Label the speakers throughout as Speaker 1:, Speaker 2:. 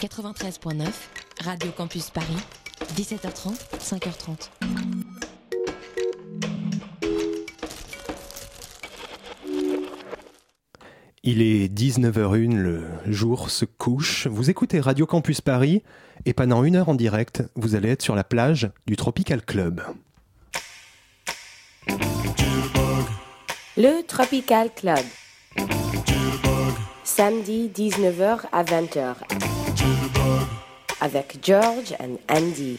Speaker 1: 93.9, Radio Campus Paris, 17h30, 5h30.
Speaker 2: Il est 19h01, le jour se couche. Vous écoutez Radio Campus Paris et pendant une heure en direct, vous allez être sur la plage du Tropical Club.
Speaker 3: Le Tropical Club. Samedi 19h à 20h. Avec George and Andy.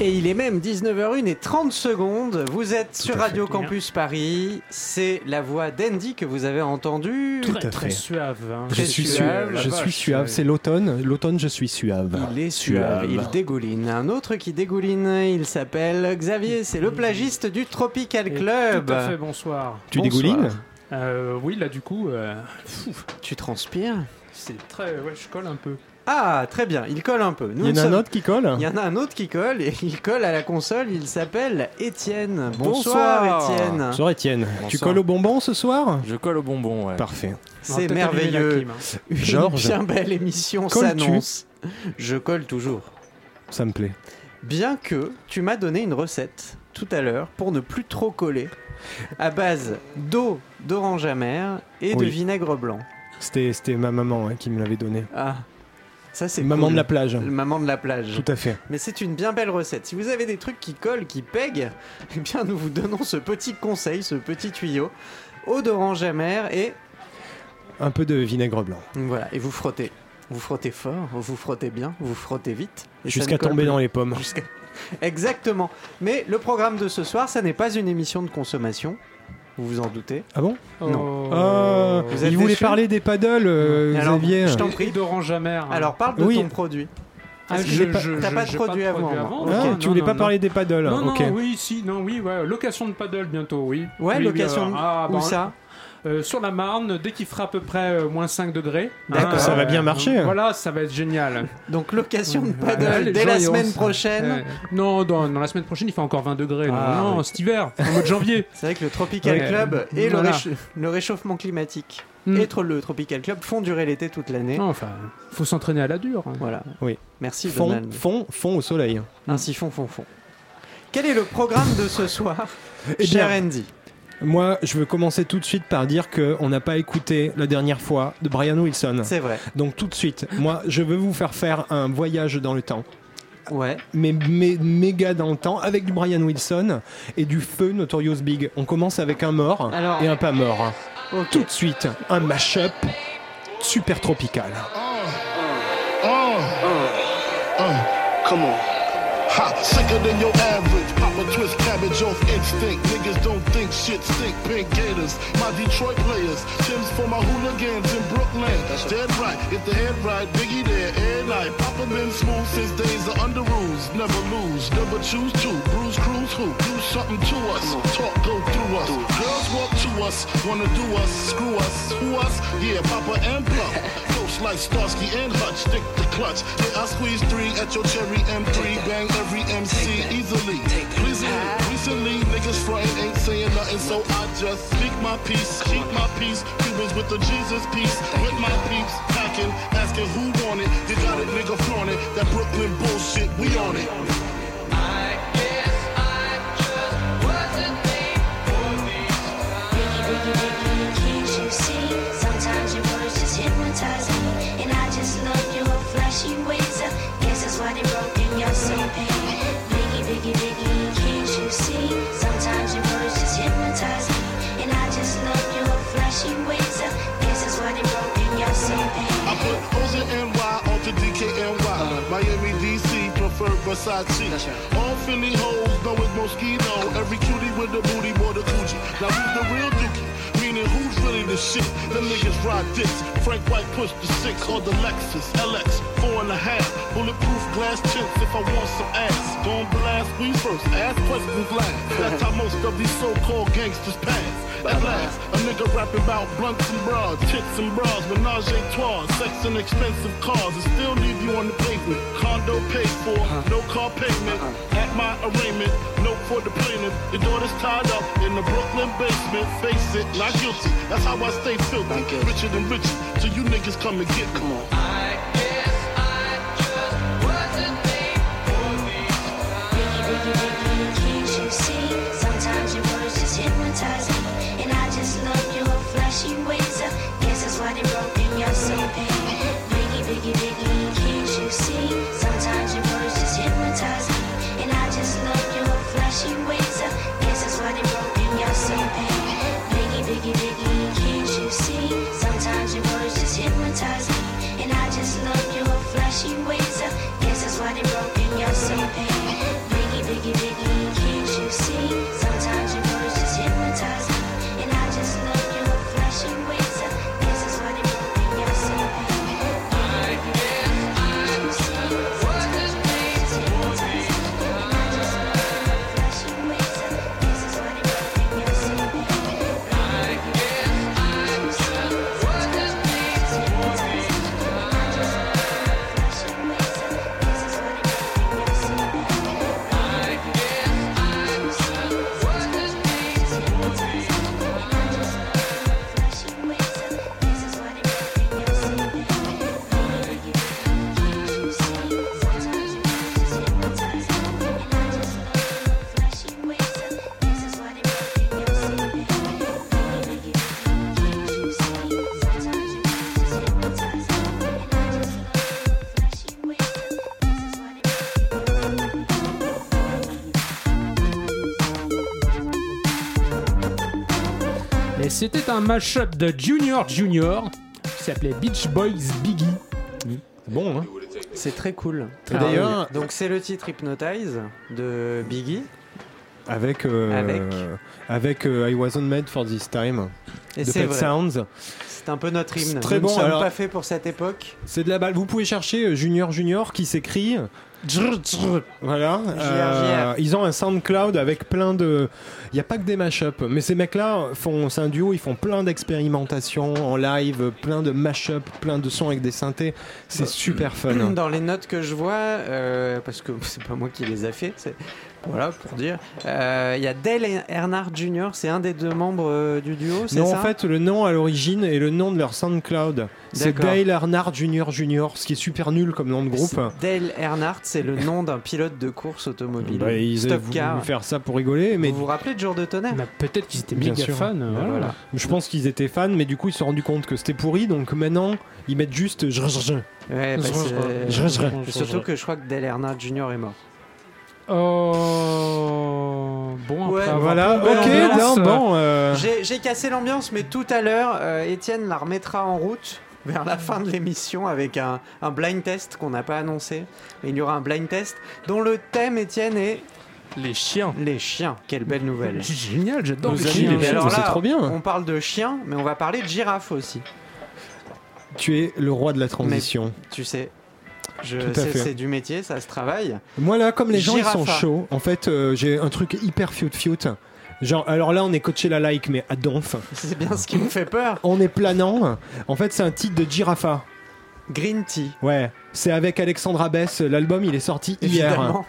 Speaker 4: Et il est même 19h01 et 30 secondes. Vous êtes sur Radio Campus Paris. C'est la voix d'Andy que vous avez entendue.
Speaker 2: Tout à
Speaker 5: Très
Speaker 2: fait.
Speaker 5: suave. hein.
Speaker 2: Je
Speaker 4: Très
Speaker 2: suis
Speaker 4: suave, Ah
Speaker 2: suave,
Speaker 4: la
Speaker 2: je suis
Speaker 4: vache,
Speaker 2: suave,
Speaker 4: ouais.
Speaker 2: c'est l'automne, l'automne je suis suave.
Speaker 4: Il est suave, il dégouline. Un autre qui dégouline, il s'appelle Xavier. C'est le plagiste du Tropical
Speaker 5: Et
Speaker 4: Club.
Speaker 5: euh, Tout à fait, bonsoir.
Speaker 2: Tu
Speaker 4: Bonsoir.
Speaker 2: dégoulines
Speaker 5: Euh, oui, là, du coup, euh,
Speaker 4: Tu transpires
Speaker 5: c'est très. Ouais, je colle un peu.
Speaker 4: Ah, très bien, il colle un peu. Nous
Speaker 2: Il y en a
Speaker 4: sommes-
Speaker 2: un autre qui colle
Speaker 4: Il y en a un autre qui colle et il colle à la console, il s'appelle Étienne.
Speaker 6: Bonsoir.
Speaker 4: Bonsoir Étienne.
Speaker 2: Bonsoir Étienne, tu
Speaker 6: Bonsoir.
Speaker 2: colles au bonbon ce soir
Speaker 6: Je colle au bonbon, ouais.
Speaker 2: Parfait.
Speaker 5: On va
Speaker 4: C'est
Speaker 5: peut-être allumer la
Speaker 4: merveilleux.
Speaker 5: clim, hein.
Speaker 4: Une
Speaker 2: Georges.
Speaker 4: bien belle émission
Speaker 2: Colles-tu
Speaker 4: s'annonce. Je colle toujours.
Speaker 2: Ça me plaît.
Speaker 4: Bien que tu m'as donné une recette tout à l'heure pour ne plus trop coller à base d'eau d'orange amère et
Speaker 2: Oui.
Speaker 4: de vinaigre blanc.
Speaker 2: C'était c'était ma maman hein, qui me l'avait donné.
Speaker 4: Ah, ça c'est
Speaker 2: Maman
Speaker 4: cool.
Speaker 2: de la plage.
Speaker 4: Le Maman de la plage.
Speaker 2: Tout à fait.
Speaker 4: Mais c'est une bien belle recette. Si vous avez des trucs qui collent, qui pèguent, eh bien nous vous donnons ce petit conseil, ce petit tuyau. Eau d'orange amère et
Speaker 2: Un peu de vinaigre blanc.
Speaker 4: voilà, et vous frottez. Vous frottez fort, vous frottez bien, vous frottez vite. et ça
Speaker 2: Jusqu'à
Speaker 4: ne colle
Speaker 2: tomber
Speaker 4: plus.
Speaker 2: dans les pommes.
Speaker 4: Jusqu'à- Exactement. Mais le programme de ce soir, ça n'est pas une émission de consommation. Vous vous en doutez.
Speaker 2: Ah bon
Speaker 4: Non.
Speaker 5: Oh.
Speaker 2: Ah,
Speaker 4: Vous êtes
Speaker 2: Il voulait
Speaker 4: déçu
Speaker 2: parler des paddles, euh,
Speaker 4: Alors,
Speaker 2: Xavier.
Speaker 4: je t'en
Speaker 5: Et-
Speaker 4: prie.
Speaker 5: et d'orange amère. hein.
Speaker 4: Alors parle de
Speaker 2: Oui.
Speaker 4: ton produit.
Speaker 5: Ah,
Speaker 4: parce que
Speaker 5: je-
Speaker 4: j'ai pas-
Speaker 5: je-
Speaker 4: t'as
Speaker 5: je-
Speaker 4: pas de
Speaker 5: j'ai
Speaker 4: produit avant, moi.
Speaker 2: Ah,
Speaker 4: Ok,
Speaker 5: Non,
Speaker 2: tu voulais
Speaker 5: non,
Speaker 2: pas
Speaker 5: non.
Speaker 2: parler des paddles
Speaker 5: Non, non,
Speaker 2: ok.
Speaker 5: oui, si, non, oui, ouais, location de paddle bientôt, oui.
Speaker 4: Ouais,
Speaker 5: Oui,
Speaker 4: location.
Speaker 5: oui, alors, ah,
Speaker 4: Où
Speaker 5: bah,
Speaker 4: ça
Speaker 5: euh, Sur la Marne, dès qu'il fera à peu près euh, moins 5 degrés.
Speaker 4: D'accord. Ça
Speaker 2: va
Speaker 5: euh,
Speaker 2: bien marcher.
Speaker 5: Voilà, ça va être génial.
Speaker 4: Donc location de
Speaker 5: Voilà,
Speaker 4: paddle
Speaker 5: les
Speaker 4: dès
Speaker 5: gens
Speaker 4: la
Speaker 5: iront
Speaker 4: semaine
Speaker 5: se-
Speaker 4: prochaine.
Speaker 5: Euh, non, dans, dans la semaine prochaine, il fait encore 20 degrés. Non,
Speaker 4: Ah,
Speaker 5: non,
Speaker 4: oui.
Speaker 5: cet hiver, au mois de janvier.
Speaker 4: C'est vrai que le Tropical
Speaker 5: Ouais.
Speaker 4: Club et le,
Speaker 5: Voilà.
Speaker 4: réch- le réchauffement climatique
Speaker 5: Mm.
Speaker 4: et tro- le Tropical Club font durer l'été toute l'année.
Speaker 5: Non, enfin, faut s'entraîner à la dure.
Speaker 4: Voilà.
Speaker 2: Oui.
Speaker 4: Merci
Speaker 2: Fond,
Speaker 4: Donald.
Speaker 2: fond, fond au soleil.
Speaker 4: Un siphon fond fond. Quel est le programme de ce soir,
Speaker 2: Eh
Speaker 4: cher
Speaker 2: bien-
Speaker 4: Andy
Speaker 2: Moi, je veux commencer tout de suite par dire qu'on n'a pas écouté la dernière fois de Brian Wilson.
Speaker 4: C'est vrai.
Speaker 2: Donc tout de suite, moi, je veux vous faire faire un voyage dans le temps,
Speaker 4: Ouais.
Speaker 2: mais, mais méga dans le temps, avec du Brian Wilson et du feu Notorious Big. On commence avec un mort
Speaker 4: Alors-
Speaker 2: et un pas mort.
Speaker 4: Ok.
Speaker 2: Tout de suite, un mash-up super tropical.
Speaker 7: Uh. Come on. Ha, sicker than your average. Pop a twist, cabbage off instinct. Niggas don't think shit stink. Pink Gators, my Detroit players. Tim's for my hooligans in Brooklyn. Dead right, if the head right, Biggie there, air night. Papa been smooth since days of under rules. Never lose, never choose to. Bruise, cruise, who? Do something to us. Talk, go through us. Girls walk to us, wanna do us. Screw us, who us? Yeah, Papa and Plump. Coach like Starsky and Hutch, stick the clutch. Yeah, I squeeze three at your cherry M3. Bang every MC easily. Pleasingly, recently, niggas frontin' ain't saying nothing, so I just speak my peace, keep my peace. Cubans with the Jesus peace, with my peeps packing, asking who want it. You got it, nigga, flaunt it. That Brooklyn bullshit, we on it.
Speaker 8: Can't you see? Sometimes your words just hypnotize me, and I just love your flashy ways. I guess that's why they broke in your soul pain. Biggie, biggie, biggie, can't you see? Sometimes your words just hypnotize me, and I just love your flashy ways. I guess that's why they broke in your soul pain.
Speaker 7: I put O's and NY onto DKNY. Miami, DC, prefer Versace. All Philly hoes know it's Moschino. Every cutie with the booty, more the coochie. Now who's the real dookie? Meaning who's really the shit? Them niggas ride dicks. Frank White pushed the six or the Lexus LX four and a half. Bulletproof glass tints if I want some ass. Gon' blast we first. Ask questions last. That's how most of these so-called gangsters pass. At last, a nigga rapping about blunts and bras, tits and bras, menage a trois, sex and expensive cars, and still leave you on the pavement. Condo paid for, no car payment. At my arraignment, note for the plaintiff. Your daughter's tied up in the Brooklyn basement. Face it, not guilty. That's how I stay filthy. Richer than Richie, till you niggas come and get. Come on.
Speaker 9: Can't you see? Sometimes your words just hypnotize me, and I just love your flashy ways. I guess that's why they broke in your soul, baby. Biggie, biggie, biggie, can't you see? Sometimes your words just hypnotize me, and I just love your flashy ways. I guess that's why they broke in your soul, baby. Biggie, biggie, biggie, can't you see? Sometimes your words just hypnotize me, and I just love your flashy ways. I guess that's why they broke in your soul, baby. Biggie, biggie, biggie, can't you see? Sometimes your words just hypnotize me, and I just love your flashy ways. I guess that's why they broke in your soul, baby.
Speaker 6: Et c'était un mashup de Junior Junior qui s'appelait Beach Boys Biggie.
Speaker 2: Bon, hein.
Speaker 4: C'est très cool. Ah
Speaker 2: Et d'ailleurs-
Speaker 4: donc c'est le titre Hypnotize de Biggie.
Speaker 2: Avec, euh,
Speaker 4: Avec.
Speaker 2: avec, euh, I wasn't made for this time.
Speaker 4: Et
Speaker 2: de
Speaker 4: c'est
Speaker 2: Pet
Speaker 4: vrai.
Speaker 2: Sounds.
Speaker 4: C'est un peu notre
Speaker 2: C'est
Speaker 4: hymne.
Speaker 2: très
Speaker 4: Nous ne
Speaker 2: bon,
Speaker 4: sommes
Speaker 2: alors-
Speaker 4: pas faits pour cette époque.
Speaker 2: C'est de la balle. Vous pouvez chercher euh, Junior Junior qui s'écrit. Voilà. Euh, ils ont un SoundCloud avec plein de. Il n'y a pas que des mashups, mais ces mecs-là font. C'est un duo, ils font plein d'expérimentations en live, plein de mashups, plein de sons avec des synthés.
Speaker 4: Bah,
Speaker 2: C'est super fun.
Speaker 4: Dans les notes que je vois, euh, parce que c'est pas moi qui les a fait, c'est voilà pour dire. Euh, Il y a Dale Earnhardt Jr. C'est un des deux membres euh, du duo, c'est
Speaker 2: Non,
Speaker 4: ça
Speaker 2: en fait, le nom à l'origine et le nom de leur SoundCloud, c'est
Speaker 4: D'accord.
Speaker 2: Dale Arnard Junior Junior, ce qui est super nul comme nom de groupe.
Speaker 4: C'est Dale Earnhardt, c'est le nom d'un pilote de course automobile.
Speaker 2: Bah, ils avaient
Speaker 4: Stock
Speaker 2: voulu
Speaker 4: car.
Speaker 2: faire ça pour rigoler, mais
Speaker 4: Vous vous rappelez de Jour de tonnerre
Speaker 6: Bah, Peut-être qu'ils étaient
Speaker 2: Bien
Speaker 6: méga
Speaker 2: sûr.
Speaker 6: fans. euh, voilà.
Speaker 4: voilà.
Speaker 2: je pense qu'ils étaient fans, mais du coup ils se sont rendus compte que c'était pourri, donc maintenant ils mettent juste.
Speaker 5: Eh
Speaker 4: Ouais, bah,
Speaker 5: ben,
Speaker 4: c'est-
Speaker 2: Je- je-
Speaker 4: Et Surtout que je crois que Dale Earnhardt Jr. est mort.
Speaker 6: Oh. Bon,
Speaker 4: Ouais,
Speaker 6: après avoir
Speaker 2: Voilà,
Speaker 6: tombé
Speaker 2: ok,
Speaker 6: l'ambiance, euh,
Speaker 2: non, bon. euh,
Speaker 4: J'ai j'ai cassé l'ambiance, mais tout à l'heure, euh, Étienne la remettra en route vers la fin de l'émission avec un, un blind test qu'on n'a pas annoncé. Mais il y aura un blind test dont le thème, Étienne, est
Speaker 6: Les chiens.
Speaker 4: les chiens. Quelle belle nouvelle.
Speaker 6: C'est génial, j'adore
Speaker 2: Nos
Speaker 6: les
Speaker 2: amis,
Speaker 6: chiens.
Speaker 2: Ah, les
Speaker 4: Mais alors
Speaker 2: c'est
Speaker 4: là,
Speaker 2: trop bien.
Speaker 4: On parle de chiens, mais on va parler de girafes aussi.
Speaker 2: Tu es le roi de la transition.
Speaker 4: Tu sais, je
Speaker 2: Tout à
Speaker 4: sais,
Speaker 2: fait.
Speaker 4: c'est du métier, ça se travaille.
Speaker 2: Moi là, comme les gens ils sont
Speaker 4: Girafa.
Speaker 2: chauds, en fait, euh, j'ai un truc hyper fiout-fiout. Genre, alors là, on est coaché la like, mais à donf.
Speaker 4: C'est bien ce qui me fait peur.
Speaker 2: On est planant. En fait, c'est un titre de Girafa.
Speaker 4: Green tea,
Speaker 2: Ouais. C'est avec Alexandre Abbès. L'album, il est sorti hier.
Speaker 4: évidemment.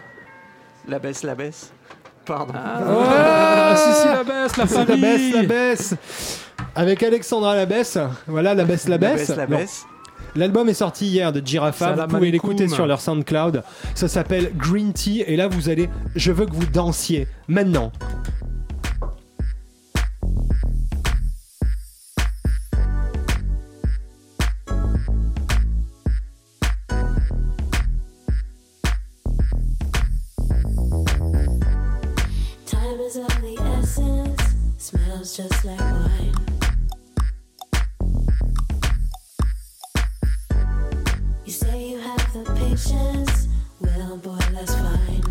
Speaker 4: La baisse, la baisse. Pardon.
Speaker 6: Ah, si, si, la baisse, la
Speaker 2: Oh, La
Speaker 6: famille.
Speaker 2: baisse, la baisse. Avec Alexandra Labesse, voilà la baisse, la
Speaker 4: la baisse,
Speaker 2: baisse.
Speaker 4: la
Speaker 2: Non.
Speaker 4: baisse.
Speaker 2: L'album est sorti hier de Girafa,
Speaker 6: Salam
Speaker 2: vous pouvez
Speaker 6: alaikum.
Speaker 2: l'écouter sur leur SoundCloud. Ça s'appelle Green Tea et là vous allez, je veux que vous dansiez maintenant.
Speaker 10: Time is of the essence, smells just like wine. You say you have the patience, well, boy, that's fine.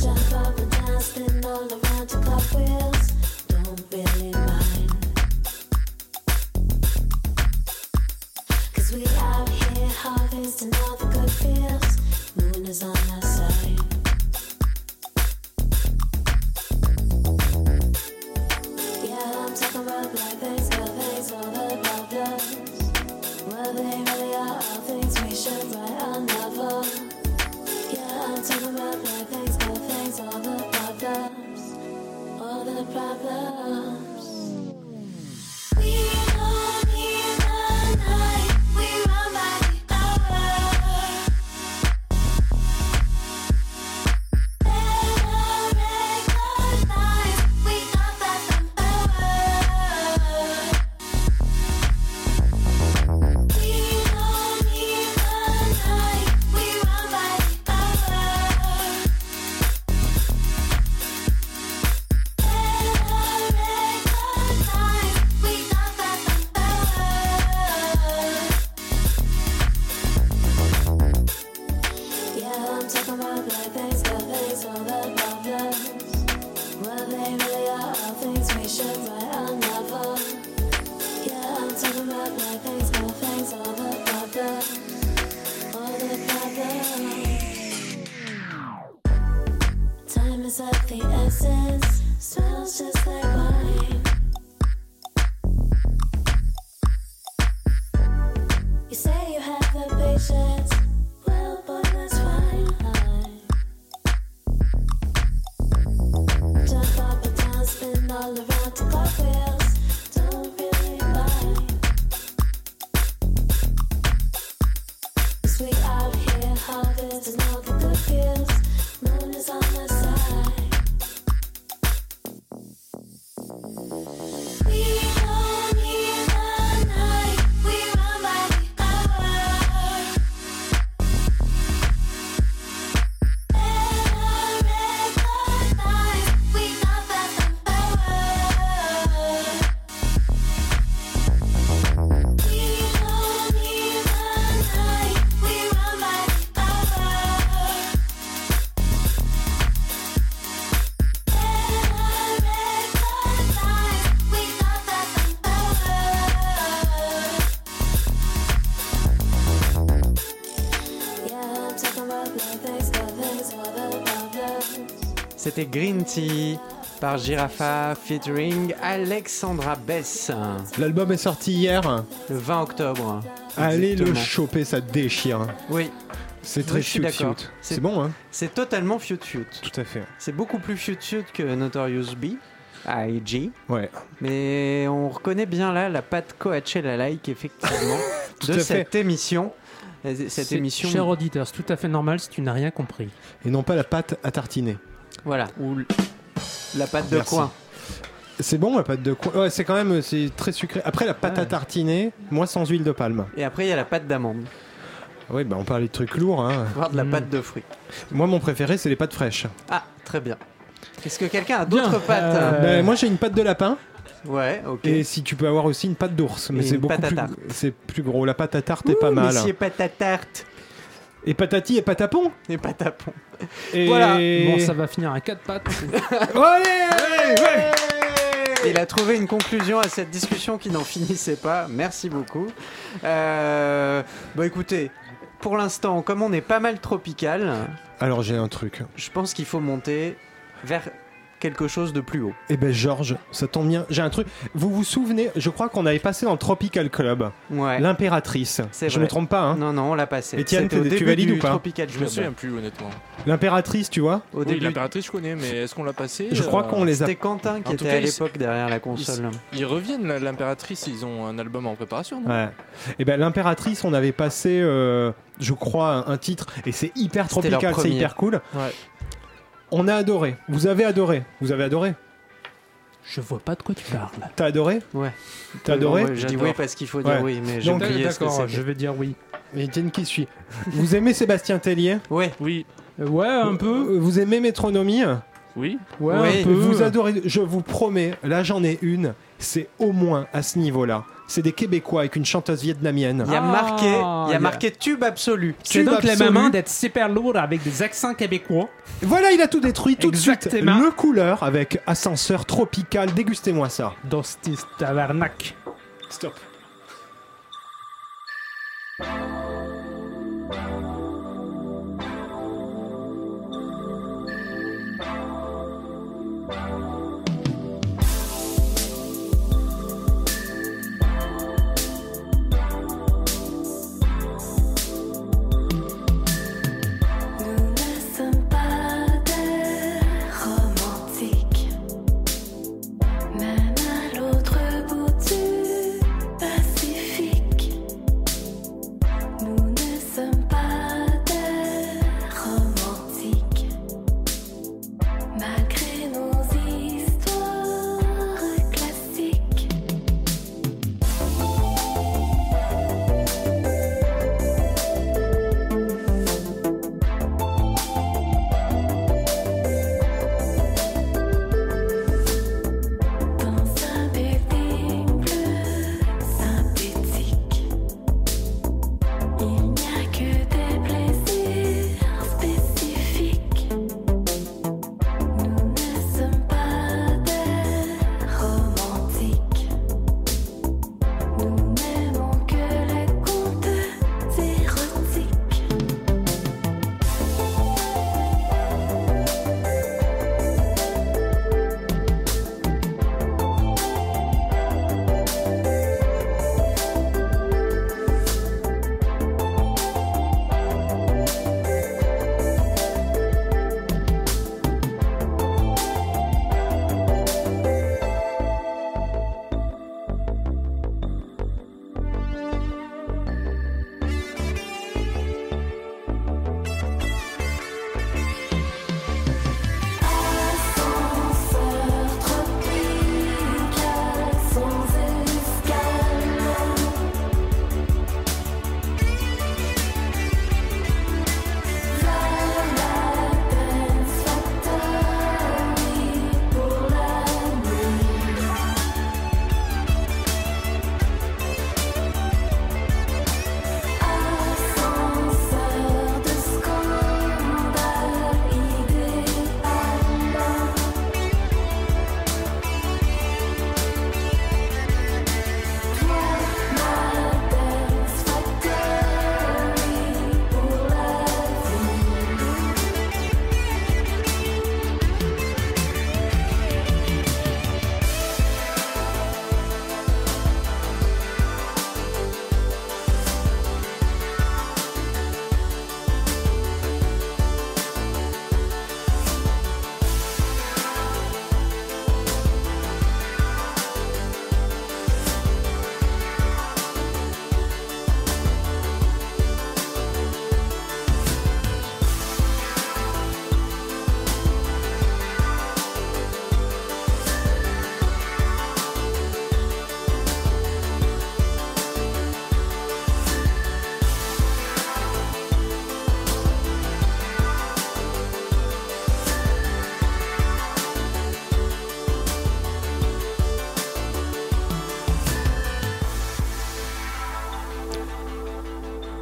Speaker 10: Jump up and down, spin all around to cartwheels, don't really mind. Cause we out here harvesting all the good feels. Moon is on our side. Yeah, I'm talking about black things, good things, all the problems. Were they
Speaker 4: c'était Green Tea par Girafa featuring Alexandra Bess
Speaker 2: L'album est sorti hier.
Speaker 4: le 20 octobre.
Speaker 2: Allez le
Speaker 4: Exactement.
Speaker 2: choper, ça déchire.
Speaker 4: Oui,
Speaker 2: C'est
Speaker 4: Oui,
Speaker 2: très
Speaker 4: je suis
Speaker 2: shoot
Speaker 4: d'accord.
Speaker 2: shoot.
Speaker 4: C'est-
Speaker 2: C'est bon, hein
Speaker 4: c'est totalement fiut-fiut.
Speaker 2: Tout à fait.
Speaker 4: C'est beaucoup plus fiut-fiut que Notorious B. IG.
Speaker 2: Ouais.
Speaker 4: Mais on reconnaît bien là la patte Coachella-like, effectivement,
Speaker 2: Tout
Speaker 4: de
Speaker 2: à fait.
Speaker 4: cette émission. Euh, Cette
Speaker 5: C'est-
Speaker 4: émission.
Speaker 5: Cher auditeur, c'est tout à fait normal si tu n'as rien compris.
Speaker 2: Et non pas la pâte à tartiner.
Speaker 4: Voilà. Ou l- la pâte de
Speaker 2: Merci.
Speaker 4: coin.
Speaker 2: C'est bon la pâte de coin. Ouais, c'est quand même c'est très sucré. Après la pâte
Speaker 4: Ouais.
Speaker 2: à tartiner, moi sans huile de palme.
Speaker 4: Et après, il y a la pâte d'amande,
Speaker 2: Oui, bah on parlait de trucs lourds. Hein.
Speaker 4: voire de la
Speaker 5: Mm.
Speaker 4: pâte de fruits.
Speaker 2: Moi mon préféré c'est les pâtes fraîches.
Speaker 4: Ah, très bien. Est-ce que quelqu'un a
Speaker 5: Bien,
Speaker 4: d'autres pâtes
Speaker 5: euh,
Speaker 4: hein
Speaker 2: Bah, moi j'ai une pâte de lapin
Speaker 4: Ouais, ok.
Speaker 2: Euh, et si tu peux avoir aussi une pâte d'ours, mais
Speaker 4: Et
Speaker 2: c'est
Speaker 4: une
Speaker 2: beaucoup
Speaker 4: pâte à
Speaker 2: plus
Speaker 4: tarte.
Speaker 2: c'est plus gros. La pâte à tarte est
Speaker 4: Ouh,
Speaker 2: pas mal.
Speaker 4: Monsieur pâte à tarte
Speaker 2: Et patati et patapon.
Speaker 4: et pâte à pont.
Speaker 2: Et...
Speaker 4: Voilà.
Speaker 5: Bon, ça va finir à quatre pattes.
Speaker 2: Allez
Speaker 4: Il a trouvé une conclusion à cette discussion qui n'en finissait pas. Merci beaucoup. Euh, bah écoutez, pour l'instant, comme on est pas mal tropical,
Speaker 2: Alors j'ai un truc.
Speaker 4: je pense qu'il faut monter vers quelque chose de plus haut.
Speaker 2: Eh ben Georges, ça tombe bien. J'ai un truc. Vous vous souvenez Je crois qu'on avait passé dans le Tropical Club.
Speaker 4: Ouais.
Speaker 2: L'impératrice.
Speaker 4: C'est
Speaker 2: Je
Speaker 4: vrai.
Speaker 2: me trompe pas. Hein.
Speaker 4: Non, non, on l'a passé.
Speaker 2: Étienne,
Speaker 4: C'était
Speaker 2: t'es-
Speaker 4: au
Speaker 2: tu
Speaker 4: début
Speaker 2: valides
Speaker 4: du
Speaker 2: ou pas
Speaker 4: Tropical
Speaker 11: Je me
Speaker 4: Club.
Speaker 11: souviens plus, honnêtement.
Speaker 2: L'impératrice, tu vois.
Speaker 4: Au
Speaker 11: Oui,
Speaker 4: début,
Speaker 11: l'impératrice, je connais, mais est-ce qu'on l'a passé
Speaker 2: Je crois
Speaker 11: Euh,
Speaker 2: qu'on les a.
Speaker 4: c'était Quentin qui
Speaker 11: En tout
Speaker 4: était
Speaker 11: cas,
Speaker 4: à
Speaker 11: il s-
Speaker 4: l'époque derrière la console.
Speaker 11: Ils reviennent, là, l'impératrice, ils ont un album en préparation, non
Speaker 2: Ouais. Et ben l'impératrice, on avait passé, euh, je crois, un, un titre et c'est hyper
Speaker 4: C'était leur
Speaker 2: tropical, c'est
Speaker 4: premier.
Speaker 2: hyper cool.
Speaker 11: Ouais.
Speaker 2: On a adoré. Vous avez adoré. Vous avez adoré.
Speaker 5: Je vois pas de quoi tu parles.
Speaker 2: T'as adoré.
Speaker 4: Ouais.
Speaker 2: T'as adoré.
Speaker 4: Je dis
Speaker 11: J'adore.
Speaker 4: oui parce qu'il faut dire
Speaker 2: Ouais.
Speaker 4: oui, mais j'ai
Speaker 2: Donc,
Speaker 4: oublié ce que
Speaker 5: D'accord, je
Speaker 4: c'était.
Speaker 5: vais dire oui.
Speaker 2: Et Étienne qui suit. vous aimez Sébastien Tellier.
Speaker 4: Ouais.
Speaker 11: Oui,
Speaker 5: Euh, ouais, un peu.
Speaker 2: Euh, Vous aimez Métronomie.
Speaker 11: oui.
Speaker 5: Ouais,
Speaker 4: Oui.
Speaker 5: un peu.
Speaker 2: Vous adorez, je vous promets, là j'en ai une, c'est au moins à ce niveau-là. C'est des Québécois avec une chanteuse vietnamienne.
Speaker 4: Il y a
Speaker 5: Ah,
Speaker 4: marqué, il y
Speaker 5: il y
Speaker 4: a
Speaker 5: a-
Speaker 4: marqué tube absolu.
Speaker 5: C'est
Speaker 2: Tube
Speaker 5: donc la
Speaker 2: absolu.
Speaker 5: maman d'être super lourde avec des accents québécois.
Speaker 2: Voilà, il a tout détruit tout de suite.
Speaker 5: Exactement.
Speaker 2: Le couleur avec ascenseur tropical, dégustez-moi ça.
Speaker 5: Dans cette tabarnak.
Speaker 2: Stop.
Speaker 6: Nous ne sommes pas des romantiques, même à l'autre bout du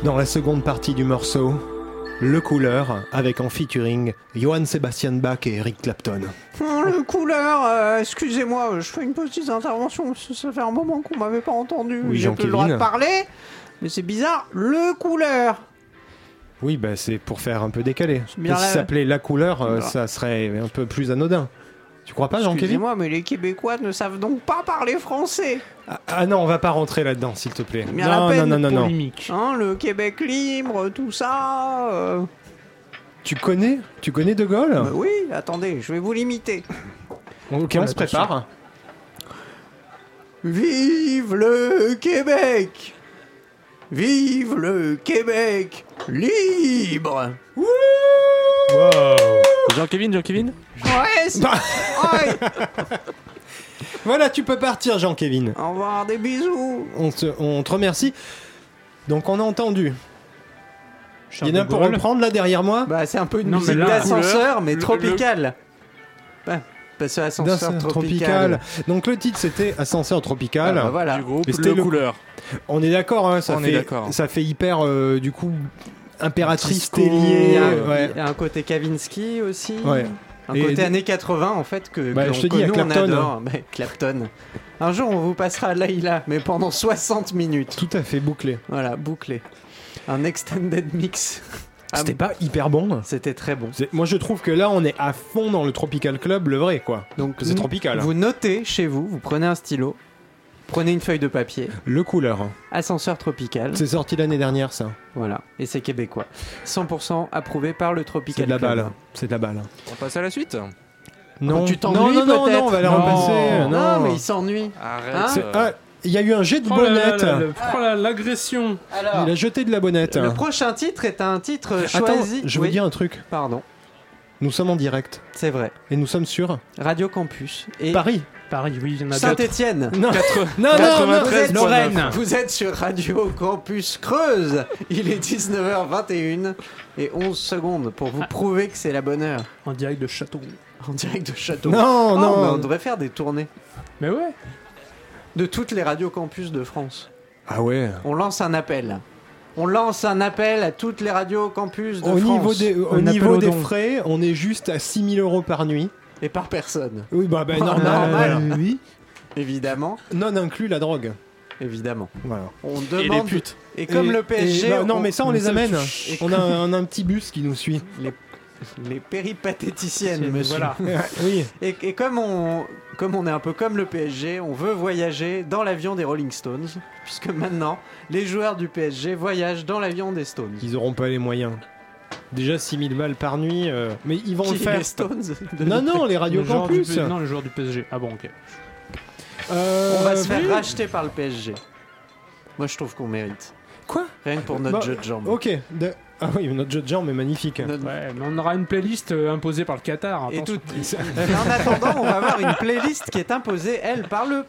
Speaker 2: Dans la seconde partie du morceau, Le Couleur, avec en featuring Johann Sebastian Bach et Eric Clapton.
Speaker 4: Hum, le couleur, euh, excusez-moi, euh, je fais une petite intervention, parce que ça fait un moment qu'on m'avait pas entendu.
Speaker 2: Oui,
Speaker 4: J'ai plus le droit de
Speaker 2: Jean-Kévin.
Speaker 4: parler, mais c'est bizarre. Le couleur
Speaker 2: Oui, bah, c'est pour faire un peu décalé. Si
Speaker 4: bien
Speaker 2: ça
Speaker 4: là.
Speaker 2: s'appelait La Couleur, euh,
Speaker 4: Voilà.
Speaker 2: ça serait un peu plus anodin. Tu crois pas, Jean-Kévin
Speaker 4: Excusez-moi, mais les Québécois ne savent donc pas parler français.
Speaker 2: ah, ah non, on va pas rentrer là-dedans, s'il te plaît.
Speaker 4: Mais à
Speaker 2: non,
Speaker 4: la
Speaker 2: non,
Speaker 4: peine,
Speaker 2: non, non, non.
Speaker 5: Polémique.
Speaker 4: Hein, le Québec libre, tout ça. euh,
Speaker 2: Tu connais Tu connais De Gaulle
Speaker 4: bah oui, attendez, je vais vous l'imiter.
Speaker 2: Ok, on se prépare.
Speaker 4: Vive le Québec Vive le Québec libre
Speaker 11: Jean-Kevin, Jean-Kevin
Speaker 4: Ouais, c'est-
Speaker 2: Bah.
Speaker 4: Ouais.
Speaker 2: Voilà, tu peux partir, Jean-Kévin.
Speaker 4: Au revoir, des bisous
Speaker 2: On, se- on te remercie. Donc, on a entendu. Il
Speaker 5: Charles
Speaker 2: y en a
Speaker 5: de
Speaker 2: pour
Speaker 5: Gaulle.
Speaker 2: reprendre là derrière moi
Speaker 4: Bah, c'est un peu une
Speaker 5: Non,
Speaker 4: musique
Speaker 5: mais là,
Speaker 4: d'ascenseur,
Speaker 11: le-
Speaker 4: mais
Speaker 11: le-
Speaker 4: tropicale. Bah, parce que ascenseur
Speaker 2: D'ascenseur
Speaker 4: tropical.
Speaker 2: Donc le titre c'était Ascenseur tropical.
Speaker 4: Ah, bah, voilà.
Speaker 11: Du groupe
Speaker 2: Et c'était
Speaker 11: Le
Speaker 2: le-
Speaker 11: Couleur.
Speaker 2: On est d'accord, hein, ça
Speaker 11: On est
Speaker 2: fait
Speaker 11: d'accord.
Speaker 2: ça fait hyper euh, du coup impératrice
Speaker 11: Disco,
Speaker 4: Il y,
Speaker 2: Tellier.
Speaker 4: a,
Speaker 11: euh,
Speaker 2: ouais.
Speaker 4: il y a un côté Kavinsky aussi.
Speaker 2: Ouais.
Speaker 4: Un
Speaker 2: Et
Speaker 4: côté
Speaker 2: des-
Speaker 4: années 80 en fait que,
Speaker 2: Bah,
Speaker 4: que
Speaker 2: je
Speaker 4: l'on-
Speaker 2: te dis,
Speaker 4: que
Speaker 2: il y a
Speaker 4: nous on
Speaker 2: Clapton.
Speaker 4: adore. Bah, Clapton. Un jour on vous passera Laila, mais pendant 60 minutes.
Speaker 2: Tout à fait bouclé.
Speaker 4: Voilà, bouclé. Un extended mix. Ah,
Speaker 2: C'était pas hyper bon.
Speaker 4: C'était très bon.
Speaker 2: C'est- Moi je trouve que là on est à fond dans le Tropical Club, le vrai quoi.
Speaker 4: Donc
Speaker 2: C'est tropical.
Speaker 4: Vous notez chez vous, vous prenez un stylo, prenez une feuille de papier,
Speaker 2: Le couleur.
Speaker 4: ascenseur tropical.
Speaker 2: C'est sorti l'année dernière ça.
Speaker 4: Voilà, et c'est québécois. 100% approuvé par le
Speaker 2: C'est
Speaker 4: Tropical
Speaker 2: de la
Speaker 4: Club. Ah bah,
Speaker 2: balle. C'est de la balle.
Speaker 11: On passe à la suite
Speaker 2: Non.
Speaker 4: tu
Speaker 2: non,
Speaker 4: t'ennuies,
Speaker 2: non, non,
Speaker 4: peut-être
Speaker 2: non, on va la
Speaker 5: Non.
Speaker 2: repasser.
Speaker 4: Non,
Speaker 2: Non,
Speaker 4: mais il s'ennuie.
Speaker 11: Arrête.
Speaker 4: Hein
Speaker 2: C'est-
Speaker 11: Euh,
Speaker 2: ah, il y a eu un jet de
Speaker 5: Oh là là
Speaker 2: bonnette.
Speaker 5: là là, oh là, l'agression.
Speaker 4: Alors,
Speaker 2: Il a jeté de la bonnette.
Speaker 4: le prochain titre est un titre
Speaker 2: Attends,
Speaker 4: choisi.
Speaker 2: je veux
Speaker 4: Oui,
Speaker 2: dire un truc.
Speaker 4: Pardon,
Speaker 2: Nous sommes en direct
Speaker 4: c'est vrai.
Speaker 2: et nous sommes sur
Speaker 4: Radio Campus et
Speaker 2: Paris.
Speaker 5: Paris, oui, il y en a d'autres.
Speaker 4: Saint-Étienne.
Speaker 2: Non, non, non, non,
Speaker 4: Vous
Speaker 5: 93.9.
Speaker 4: êtes,
Speaker 5: Lorraine.
Speaker 4: vous êtes sur Radio Campus Creuse. Il est 19h21 et 11 secondes pour
Speaker 2: Ah.
Speaker 4: vous prouver que c'est la bonne heure.
Speaker 5: En direct de Château.
Speaker 4: En direct de Château.
Speaker 2: non,
Speaker 4: Oh, mais
Speaker 2: non.
Speaker 4: on devrait faire des tournées
Speaker 5: Mais ouais.
Speaker 4: de toutes les radios campus de France.
Speaker 2: Ah ouais.
Speaker 4: On lance un appel. On lance un appel à toutes les radios campus de
Speaker 2: Au
Speaker 4: France.
Speaker 2: niveau des, au
Speaker 5: Un
Speaker 2: niveau
Speaker 5: appel au
Speaker 2: des
Speaker 5: don.
Speaker 2: frais, on est juste à 6000 euros par nuit.
Speaker 4: Et par personne,
Speaker 2: Oui, bah, bah, normal.
Speaker 4: normal.
Speaker 2: voilà.
Speaker 5: Oui.
Speaker 4: évidemment.
Speaker 2: Non inclus la drogue.
Speaker 4: Évidemment.
Speaker 2: Voilà.
Speaker 4: On
Speaker 11: Et
Speaker 4: demande.
Speaker 11: les putes.
Speaker 4: Et comme
Speaker 2: Et-
Speaker 4: le PSG.
Speaker 2: et- bah, non,
Speaker 4: on-
Speaker 2: mais ça, on les amène.
Speaker 4: Et
Speaker 2: On a un, un petit bus qui nous suit.
Speaker 4: Les péripatéticiennes,
Speaker 5: C'est-
Speaker 4: monsieur.
Speaker 5: Voilà.
Speaker 2: oui.
Speaker 4: Et, et comme, on, comme on est un peu comme le PSG, on veut voyager dans l'avion des Rolling Stones. Puisque maintenant, les joueurs du PSG voyagent dans l'avion des Stones.
Speaker 2: Ils auront pas les moyens. Déjà 6000 balles par nuit. euh, mais ils vont
Speaker 4: Qui
Speaker 2: le
Speaker 4: est
Speaker 2: faire.
Speaker 4: les Stones de-
Speaker 2: Non, non, les radios
Speaker 5: Le joueur du
Speaker 2: campus.
Speaker 5: P- Non, le joueur du PSG. Ah bon, ok.
Speaker 2: Euh,
Speaker 4: On va se faire
Speaker 2: oui.
Speaker 4: racheter par le PSG. Moi, je trouve qu'on mérite.
Speaker 2: Quoi
Speaker 4: Rien que pour notre
Speaker 2: Bah,
Speaker 4: jeu de jambes.
Speaker 2: Ok. de- Ah oui, notre jeu de jambes est magnifique.
Speaker 4: Notre-
Speaker 5: Ouais, mais on aura une playlist euh, imposée par le Qatar.
Speaker 4: Et
Speaker 5: attention.
Speaker 4: tout- en attendant, on va avoir une playlist qui est imposée, elle, par le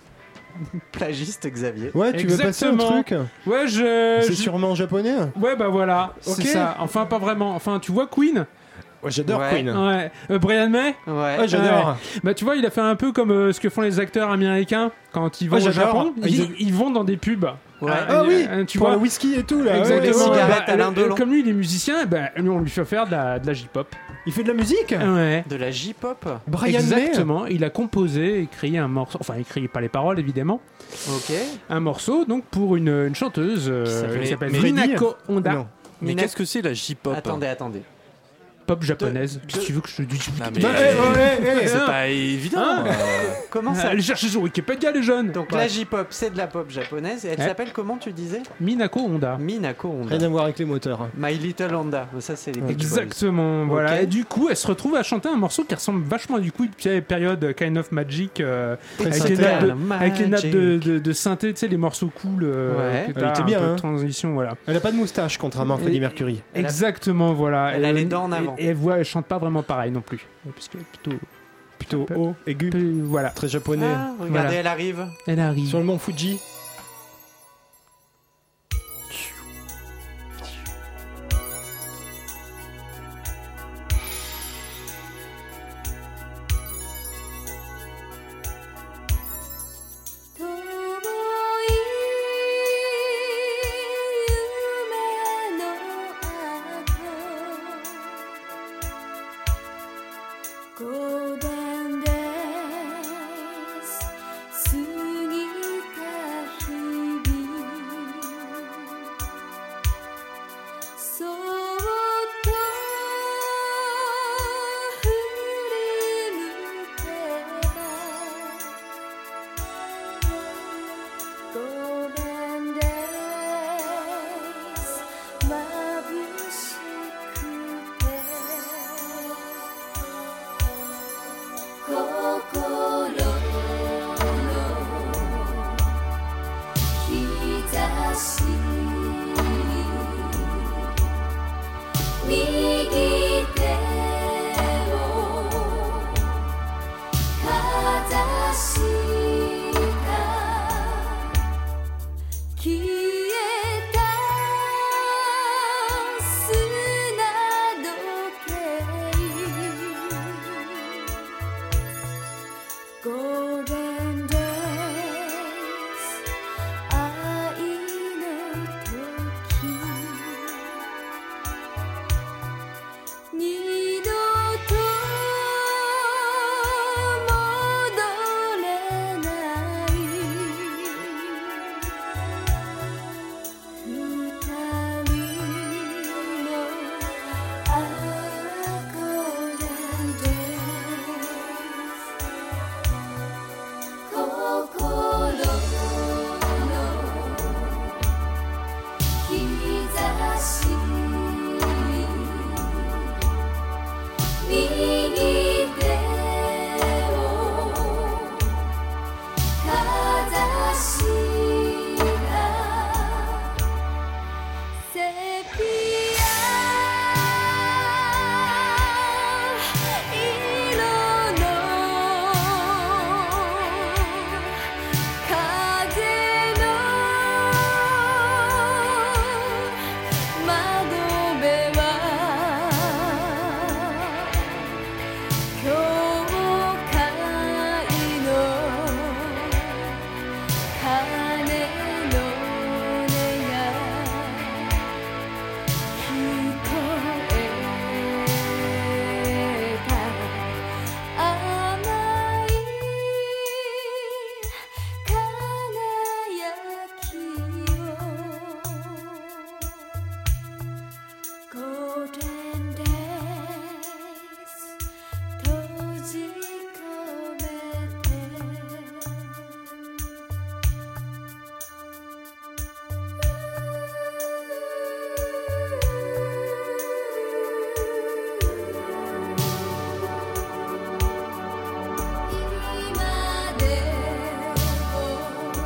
Speaker 4: plagiste Xavier.
Speaker 2: Ouais, tu veux passer
Speaker 5: Exactement.
Speaker 2: un truc
Speaker 5: Ouais, je. je-
Speaker 2: C'est sûrement japonais
Speaker 5: Ouais, bah voilà.
Speaker 2: Ok.
Speaker 5: C'est ça. Enfin, pas vraiment. Enfin, tu vois Queen
Speaker 2: Ouais, j'adore
Speaker 4: Ouais.
Speaker 2: Queen.
Speaker 5: Ouais. Euh, Brian May
Speaker 4: Ouais.
Speaker 2: Ah, j'adore.
Speaker 5: Bah, tu vois, il a fait un peu comme euh, ce que font les acteurs américains quand ils vont
Speaker 2: Ah,
Speaker 5: au
Speaker 2: j'adore.
Speaker 5: Japon.
Speaker 2: Ah,
Speaker 5: Ils,
Speaker 2: ils-
Speaker 5: ils vont dans des pubs.
Speaker 2: Ah oui,
Speaker 5: euh, tu
Speaker 2: pour
Speaker 5: vois.
Speaker 2: le whisky et tout là.
Speaker 5: Exactement.
Speaker 2: ouais, ouais, ouais.
Speaker 4: cigarettes
Speaker 5: Bah,
Speaker 4: à
Speaker 5: le-
Speaker 4: l'Inde long.
Speaker 5: comme lui, il est musicien, bah, lui, on lui fait faire de la, de la J-pop.
Speaker 2: Il fait de la musique
Speaker 5: Ouais.
Speaker 4: De la J-pop
Speaker 2: Brian
Speaker 5: Exactement. Il a composé, écrit un morceau. Enfin, écrit pas les paroles, évidemment.
Speaker 4: Ok.
Speaker 5: un morceau donc pour une, une chanteuse euh,
Speaker 4: s'appelle-
Speaker 5: qui s'appelle
Speaker 2: Freddy
Speaker 5: Minako
Speaker 2: May
Speaker 5: Honda,
Speaker 2: Non.
Speaker 11: Mais
Speaker 4: Mina-
Speaker 11: qu'est-ce que c'est la J-pop
Speaker 4: Attendez, attendez.
Speaker 5: pop japonaise. Qu'est-ce que
Speaker 4: de-
Speaker 5: tu veux que je te dise
Speaker 11: Non,
Speaker 2: Bah, eh, ouais, eh, eh.
Speaker 11: C'est pas évident.
Speaker 5: Hein
Speaker 11: euh.
Speaker 4: Comment
Speaker 5: Ah,
Speaker 4: ça
Speaker 5: Allez chercher sur Wikipédia les jeunes.
Speaker 4: Donc
Speaker 5: Ouais.
Speaker 4: la J-pop, c'est de la pop japonaise. Et elle
Speaker 5: Ouais.
Speaker 4: s'appelle comment tu disais
Speaker 5: Minako Honda.
Speaker 4: Minako Honda.
Speaker 2: Rien à voir avec les moteurs. hein.
Speaker 4: My Little Honda. Oh, Ça, c'est les Beach Boys.
Speaker 5: Exactement, voilà. Et du coup, elle se retrouve à chanter un morceau qui ressemble vachement du coup à la période Kind of Magic euh,
Speaker 2: Très
Speaker 5: avec, les
Speaker 2: synthé.
Speaker 5: nappes de,
Speaker 4: Magic.
Speaker 5: avec les nappes de, de- de synthé, tu sais les morceaux cool euh,
Speaker 4: Ouais.
Speaker 5: que
Speaker 2: Elle
Speaker 5: t'as
Speaker 2: était
Speaker 5: un
Speaker 2: bien,
Speaker 5: peu de
Speaker 2: hein.
Speaker 5: transition, voilà.
Speaker 2: Elle a pas de moustache contrairement à Freddie Mercury.
Speaker 4: Elle a-
Speaker 5: Exactement, voilà.
Speaker 4: elle a
Speaker 5: Et-
Speaker 4: les dents en avant.
Speaker 5: Et, et elle voit, elle chante pas vraiment pareil non plus, parce que plutôt,
Speaker 2: Plutôt haut, aigu,
Speaker 5: plus- voilà.
Speaker 2: très japonais.
Speaker 4: Ah, regardez,
Speaker 5: Voilà.
Speaker 4: elle arrive.
Speaker 5: Elle arrive.
Speaker 2: Sur le mont Fuji.
Speaker 6: 「遠い夢消えた砂時計 Golden Days 愛の時二度と戻れない二人の赤い心の日差し右手をかざしたセピア色の風の窓辺は教会の鐘の音が聞こえた甘い輝きを Golden Days 閉じ込めて今でも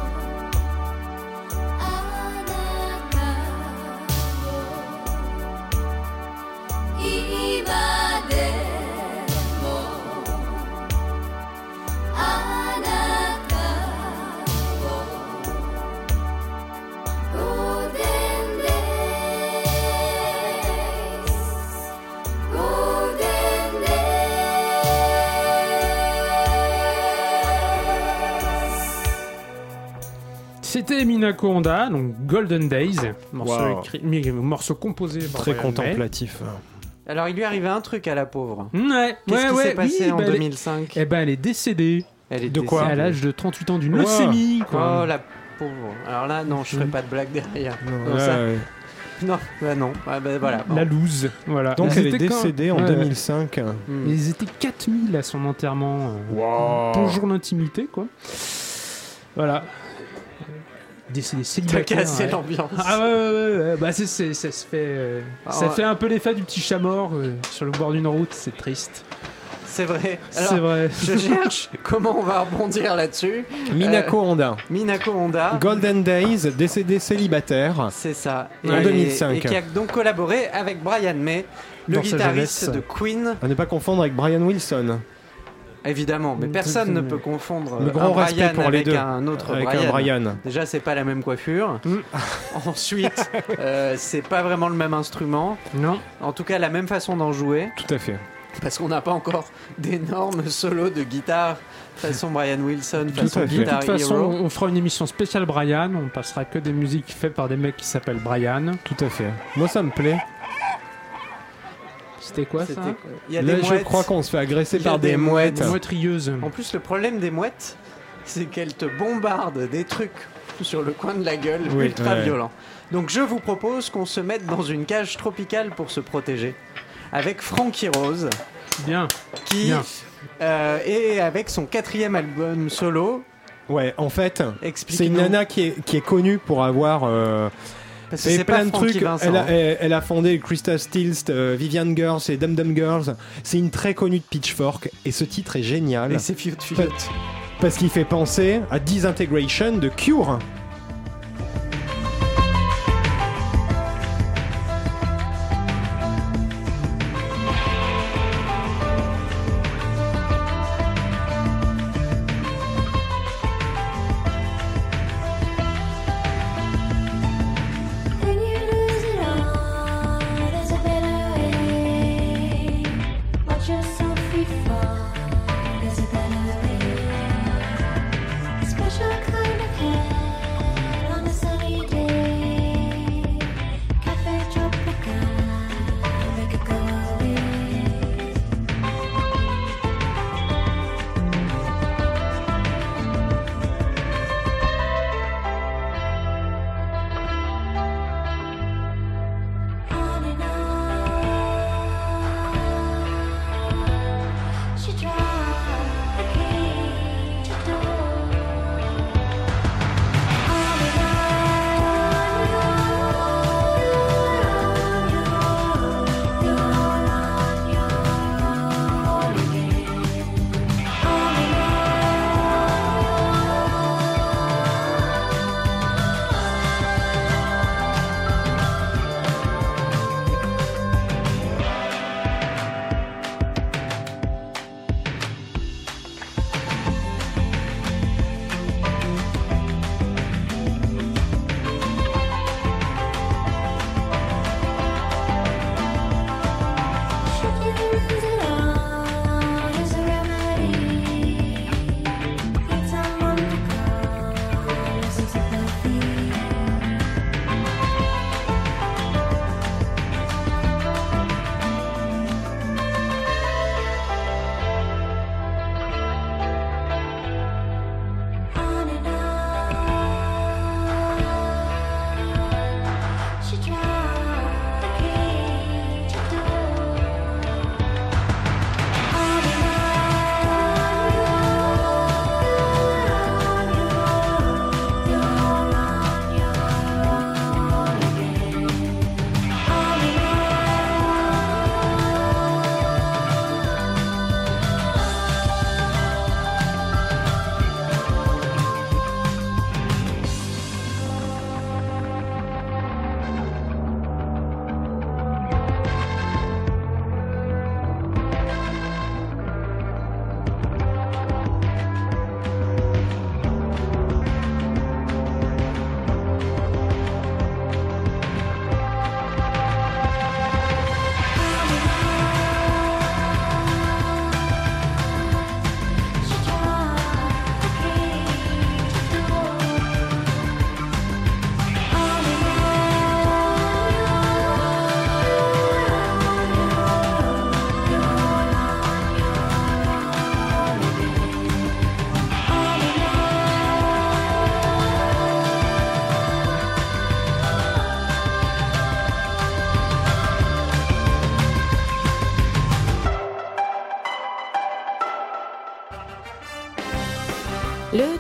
Speaker 6: あなたを今でもあなたをゴーデンデイズ Golden Days.
Speaker 5: C'était Minako Honda, donc Golden Days, morceau,
Speaker 2: Wow.
Speaker 5: écrit- mi- morceau composé par
Speaker 2: Très
Speaker 5: Brian May.
Speaker 2: contemplatif. hein.
Speaker 4: Alors, il lui arrivait un truc à la pauvre.
Speaker 5: Ouais,
Speaker 4: Qu'est-ce
Speaker 5: ouais,
Speaker 4: qui
Speaker 5: ouais,
Speaker 4: s'est passé
Speaker 5: oui,
Speaker 4: en
Speaker 5: bah, elle est-
Speaker 4: 2005
Speaker 5: Eh ben, elle est décédée.
Speaker 4: Elle est
Speaker 2: de quoi
Speaker 5: à
Speaker 4: décédée.
Speaker 5: l'âge de 38 ans d'une
Speaker 2: Wow.
Speaker 5: leucémie, quoi.
Speaker 4: Oh, la pauvre. Alors là, non, je ferai pas de blague derrière. Non,
Speaker 2: Ouais,
Speaker 4: ça-
Speaker 2: ouais.
Speaker 4: non, bah non. Ah, bah, voilà. bon.
Speaker 5: La loose, voilà.
Speaker 4: Bah,
Speaker 2: Donc
Speaker 5: Ils
Speaker 2: elle est
Speaker 5: étaient quand-
Speaker 2: décédée en
Speaker 5: Ouais.
Speaker 2: 2005.
Speaker 4: Hmm.
Speaker 5: Ils étaient 4000 à son enterrement. euh, Bonjour l'intimité, quoi. Voilà. Décédé
Speaker 4: T'as
Speaker 5: célibataire.
Speaker 4: cassé
Speaker 5: ouais.
Speaker 4: l'ambiance.
Speaker 5: Ah ouais, ouais, ouais, ouais. Bah, c'est, c'est- ça se fait, euh,
Speaker 4: Ah,
Speaker 5: ça
Speaker 4: ouais.
Speaker 5: fait un peu l'effet du petit chat mort euh, sur le bord d'une route, c'est triste.
Speaker 4: C'est vrai.
Speaker 5: c'est
Speaker 4: Alors,
Speaker 5: vrai.
Speaker 4: je cherche comment on va rebondir là-dessus.
Speaker 2: Minako Honda.
Speaker 4: Minako Honda.
Speaker 2: Golden Days, décédé célibataire.
Speaker 4: C'est ça.
Speaker 2: En 2005.
Speaker 4: Et qui a donc collaboré avec Brian May, le
Speaker 5: Dans sa
Speaker 4: guitariste
Speaker 5: jeunesse.
Speaker 4: de Queen,
Speaker 2: À ne pas confondre avec Brian Wilson,
Speaker 4: évidemment. Mais personne ne
Speaker 5: May.
Speaker 4: peut confondre
Speaker 2: Le
Speaker 4: euh,
Speaker 2: grand
Speaker 4: un
Speaker 2: respect
Speaker 4: Brian
Speaker 2: pour les
Speaker 4: avec
Speaker 2: deux.
Speaker 4: un autre
Speaker 2: avec
Speaker 4: Brian.
Speaker 2: un Brian.
Speaker 4: Déjà, c'est pas la même coiffure.
Speaker 5: Mm.
Speaker 4: Ensuite, euh, c'est pas vraiment le même instrument.
Speaker 5: Non.
Speaker 4: En tout cas, la même façon d'en jouer,
Speaker 2: Tout à fait.
Speaker 4: parce qu'on n'a pas encore d'énormes solos de guitare façon Brian Wilson, façon
Speaker 2: à fait.
Speaker 5: De
Speaker 4: Guitar
Speaker 5: toute façon,
Speaker 4: Hero.
Speaker 5: on fera une émission spéciale Brian. On passera que des musiques faites par des mecs qui s'appellent Brian.
Speaker 2: Tout à fait. Moi, ça me plaît.
Speaker 5: C'était quoi
Speaker 4: C'était-
Speaker 5: ça
Speaker 4: Il y a
Speaker 2: Là,
Speaker 4: des
Speaker 2: je
Speaker 4: mouettes.
Speaker 2: crois qu'on se fait agresser
Speaker 4: Il y a
Speaker 2: par
Speaker 4: des
Speaker 2: des mouettes.
Speaker 5: Une moitrilleuse.
Speaker 4: En plus, le problème des mouettes, c'est qu'elles te bombardent des trucs sur le coin de la gueule
Speaker 2: Oui,
Speaker 4: ultra
Speaker 2: ouais.
Speaker 4: violents. Donc, je vous propose qu'on se mette dans une cage tropicale pour se protéger. Avec Frankie Rose,
Speaker 5: Bien.
Speaker 4: qui
Speaker 5: Bien.
Speaker 4: euh, est avec son quatrième album solo.
Speaker 2: Ouais, en fait, c'est
Speaker 4: Explique-nous.
Speaker 2: une nana qui est, qui est connue pour avoir euh,
Speaker 4: Parce que
Speaker 2: fait
Speaker 4: c'est
Speaker 2: plein
Speaker 4: pas
Speaker 2: de
Speaker 4: Frankie
Speaker 2: trucs.
Speaker 4: Vincent.
Speaker 2: Elle a,
Speaker 4: hein.
Speaker 2: elle- elle a fondé Crystal Stills, euh, Vivian Girls et Dum Dum Girls. C'est une très connue de Pitchfork et ce titre est génial.
Speaker 4: Et c'est Fiat Fiat.
Speaker 2: Parce qu'il fait penser à Disintegration de Cure.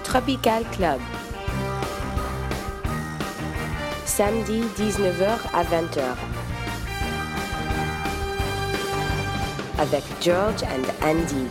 Speaker 3: Tropical Club. Samedi 19h à 20h. Avec George and Andy.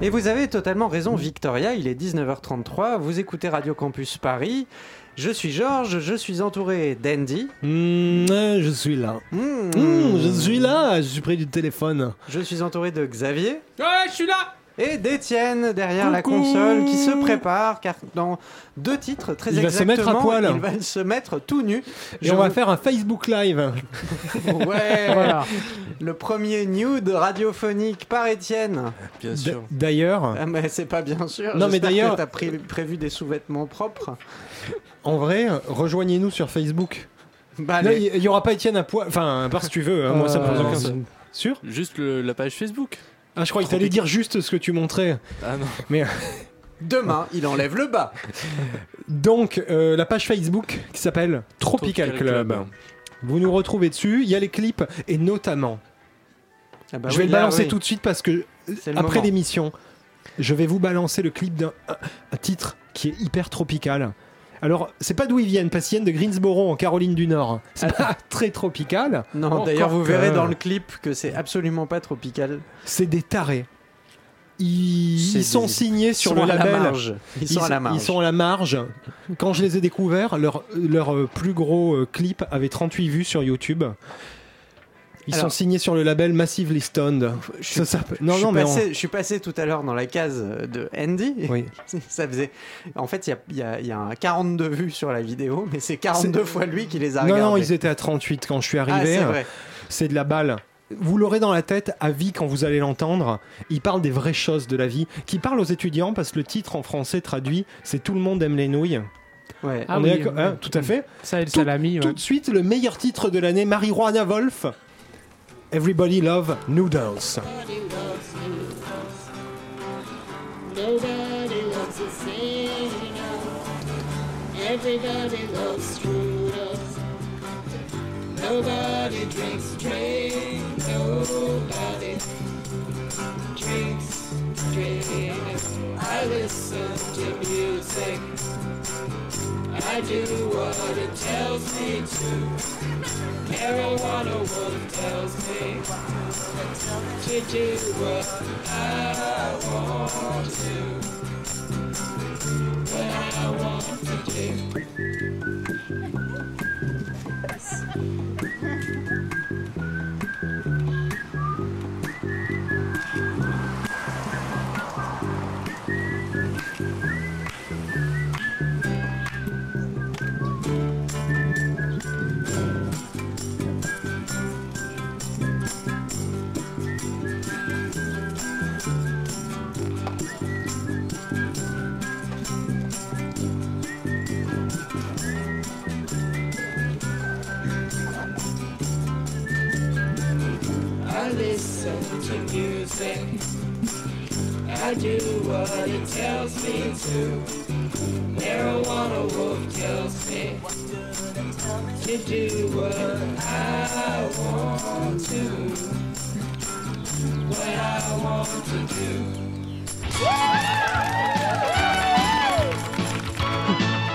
Speaker 4: Et vous avez totalement raison, Victoria. Il est 19h33. Vous écoutez Radio Campus Paris. Je suis Georges. Je suis entouré d'Andy.
Speaker 2: Mmh, euh, je suis là.
Speaker 4: Mmh.
Speaker 2: Mmh, je suis là, je suis près du téléphone.
Speaker 4: Je suis entouré de Xavier
Speaker 5: Ouais, je suis là
Speaker 4: et d'Étienne derrière la console qui se prépare car dans deux titres très
Speaker 2: Il va se
Speaker 4: exactement,
Speaker 2: mettre à poil.
Speaker 4: il va se mettre tout nu.
Speaker 2: Et
Speaker 4: Je
Speaker 2: on va
Speaker 4: vous-
Speaker 2: faire un Facebook Live.
Speaker 4: ouais,
Speaker 5: Voilà.
Speaker 4: le premier nude radiophonique par Étienne.
Speaker 11: Bien
Speaker 2: D-
Speaker 11: sûr.
Speaker 2: D'ailleurs,
Speaker 4: Ah, mais c'est pas bien sûr.
Speaker 2: Non, mais
Speaker 4: J'espère
Speaker 2: d'ailleurs-
Speaker 4: que t'as pré- prévu des sous-vêtements propres.
Speaker 2: en vrai, rejoignez-nous sur Facebook.
Speaker 4: Bah,
Speaker 2: Là,
Speaker 4: allez.
Speaker 2: Il n'y aura pas Étienne à poil. Enfin, parce que tu veux, hein, moi ça me pose
Speaker 5: Euh,
Speaker 2: aucun sens. Sûr
Speaker 11: Juste le- la page Facebook.
Speaker 2: Ah, je crois que t'allais dire juste ce que tu montrais.
Speaker 11: Ah non.
Speaker 4: Demain, il enlève le bas.
Speaker 2: Donc, euh, la page Facebook qui s'appelle Tropical, Club. Vous nous retrouvez dessus. Il y a les clips et notamment,
Speaker 4: Ah bah
Speaker 2: je
Speaker 4: oui,
Speaker 2: vais le
Speaker 4: là,
Speaker 2: balancer
Speaker 4: oui.
Speaker 2: tout de suite parce que euh,
Speaker 4: C'est le
Speaker 2: après
Speaker 4: moment.
Speaker 2: l'émission, je vais vous balancer le clip d'un un- un titre qui est hyper tropical. Alors, c'est pas d'où ils viennent, parce qu'ils viennent de Greensboro en Caroline du Nord. C'est pas très tropical,
Speaker 4: Non,
Speaker 5: Encore
Speaker 4: d'ailleurs, vous
Speaker 2: que-
Speaker 4: verrez dans le clip que c'est absolument pas tropical.
Speaker 2: c'est des tarés. Ils,
Speaker 4: C'est
Speaker 2: ils sont
Speaker 4: des-
Speaker 2: signés sur
Speaker 4: Ils
Speaker 2: le
Speaker 4: sont à la
Speaker 2: label.
Speaker 4: marge. Ils sont à la marge.
Speaker 2: Ils sont à la marge. Quand je les ai découverts, leur, leur euh, plus gros euh, clip avait 38 vues sur YouTube. Ils
Speaker 4: Alors-
Speaker 2: sont signés sur le label Massively Stoned.
Speaker 4: Je suis-
Speaker 2: Ça s'appelle-
Speaker 4: je
Speaker 2: Non,
Speaker 4: suis
Speaker 2: non, mais.
Speaker 4: passé- je suis passé tout à l'heure dans la case de Andy.
Speaker 2: on- Oui.
Speaker 4: Ça faisait. En fait, il y a, il y a- il y a un 42 vues sur la vidéo, mais c'est 42 fois lui qui les a
Speaker 2: Non,
Speaker 4: regardées.
Speaker 2: non, ils étaient à 38 quand je suis
Speaker 4: Ah,
Speaker 2: arrivé.
Speaker 4: c'est vrai.
Speaker 2: c'est de la balle. Vous l'aurez dans la tête à vie quand vous allez l'entendre. Il parle des vraies choses de la vie, qui parle aux étudiants parce que le titre en français traduit c'est Tout le monde aime les nouilles.
Speaker 4: Ouais.
Speaker 5: Ah
Speaker 2: On
Speaker 5: oui,
Speaker 2: est d'accord-
Speaker 5: oui.
Speaker 2: hein, tout à fait.
Speaker 5: Ça et le salami,
Speaker 2: Tout
Speaker 5: ouais.
Speaker 2: de suite, le meilleur titre de l'année, Marijuana Wolf. Everybody love noodles.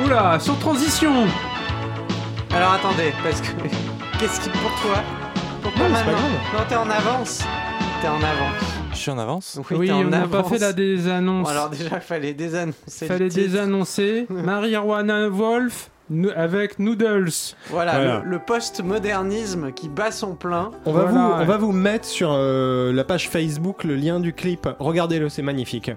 Speaker 5: Oula, sans transition
Speaker 4: Alors attendez, parce que. Qu'est-ce qui. Pourquoi Pourquoi
Speaker 2: Non, c'est pas
Speaker 4: maintenant Non, t'es en avance. T'es en avance.
Speaker 11: Je suis en avance.
Speaker 4: Oui,
Speaker 5: Oui,
Speaker 4: t'es en
Speaker 5: on n'a pas
Speaker 4: avance.
Speaker 5: fait la
Speaker 4: Bon,
Speaker 5: désannonce.
Speaker 4: alors déjà, fallait désannoncer.
Speaker 5: Fallait
Speaker 4: le titre.
Speaker 5: désannoncer. Marijuana Wolf nous- avec Noodles.
Speaker 4: Voilà,
Speaker 2: Voilà.
Speaker 4: le, le post-modernisme qui bat son plein.
Speaker 2: On va,
Speaker 5: Voilà,
Speaker 2: vous,
Speaker 5: ouais.
Speaker 2: on va vous mettre sur euh, la page Facebook le lien du clip. Regardez-le, c'est magnifique.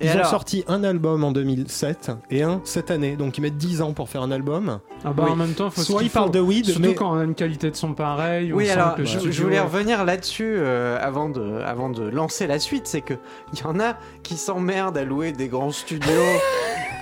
Speaker 2: Ils
Speaker 4: Et
Speaker 2: ont
Speaker 4: alors
Speaker 2: sorti un album en 2007 et un cette année, donc ils mettent 10 ans pour faire un album.
Speaker 5: Ah bah
Speaker 2: Oui.
Speaker 5: en même temps, faut
Speaker 2: Soit
Speaker 5: il
Speaker 2: ils parlent de weed,
Speaker 5: Surtout
Speaker 2: mais
Speaker 5: quand on a une qualité de son pareille. on
Speaker 4: Oui,
Speaker 5: sent
Speaker 4: alors
Speaker 5: que le
Speaker 4: je,
Speaker 5: studio-
Speaker 4: je voulais revenir là-dessus euh, avant, de, avant de lancer la suite. C'est que il y en a qui s'emmerdent à louer des grands studios,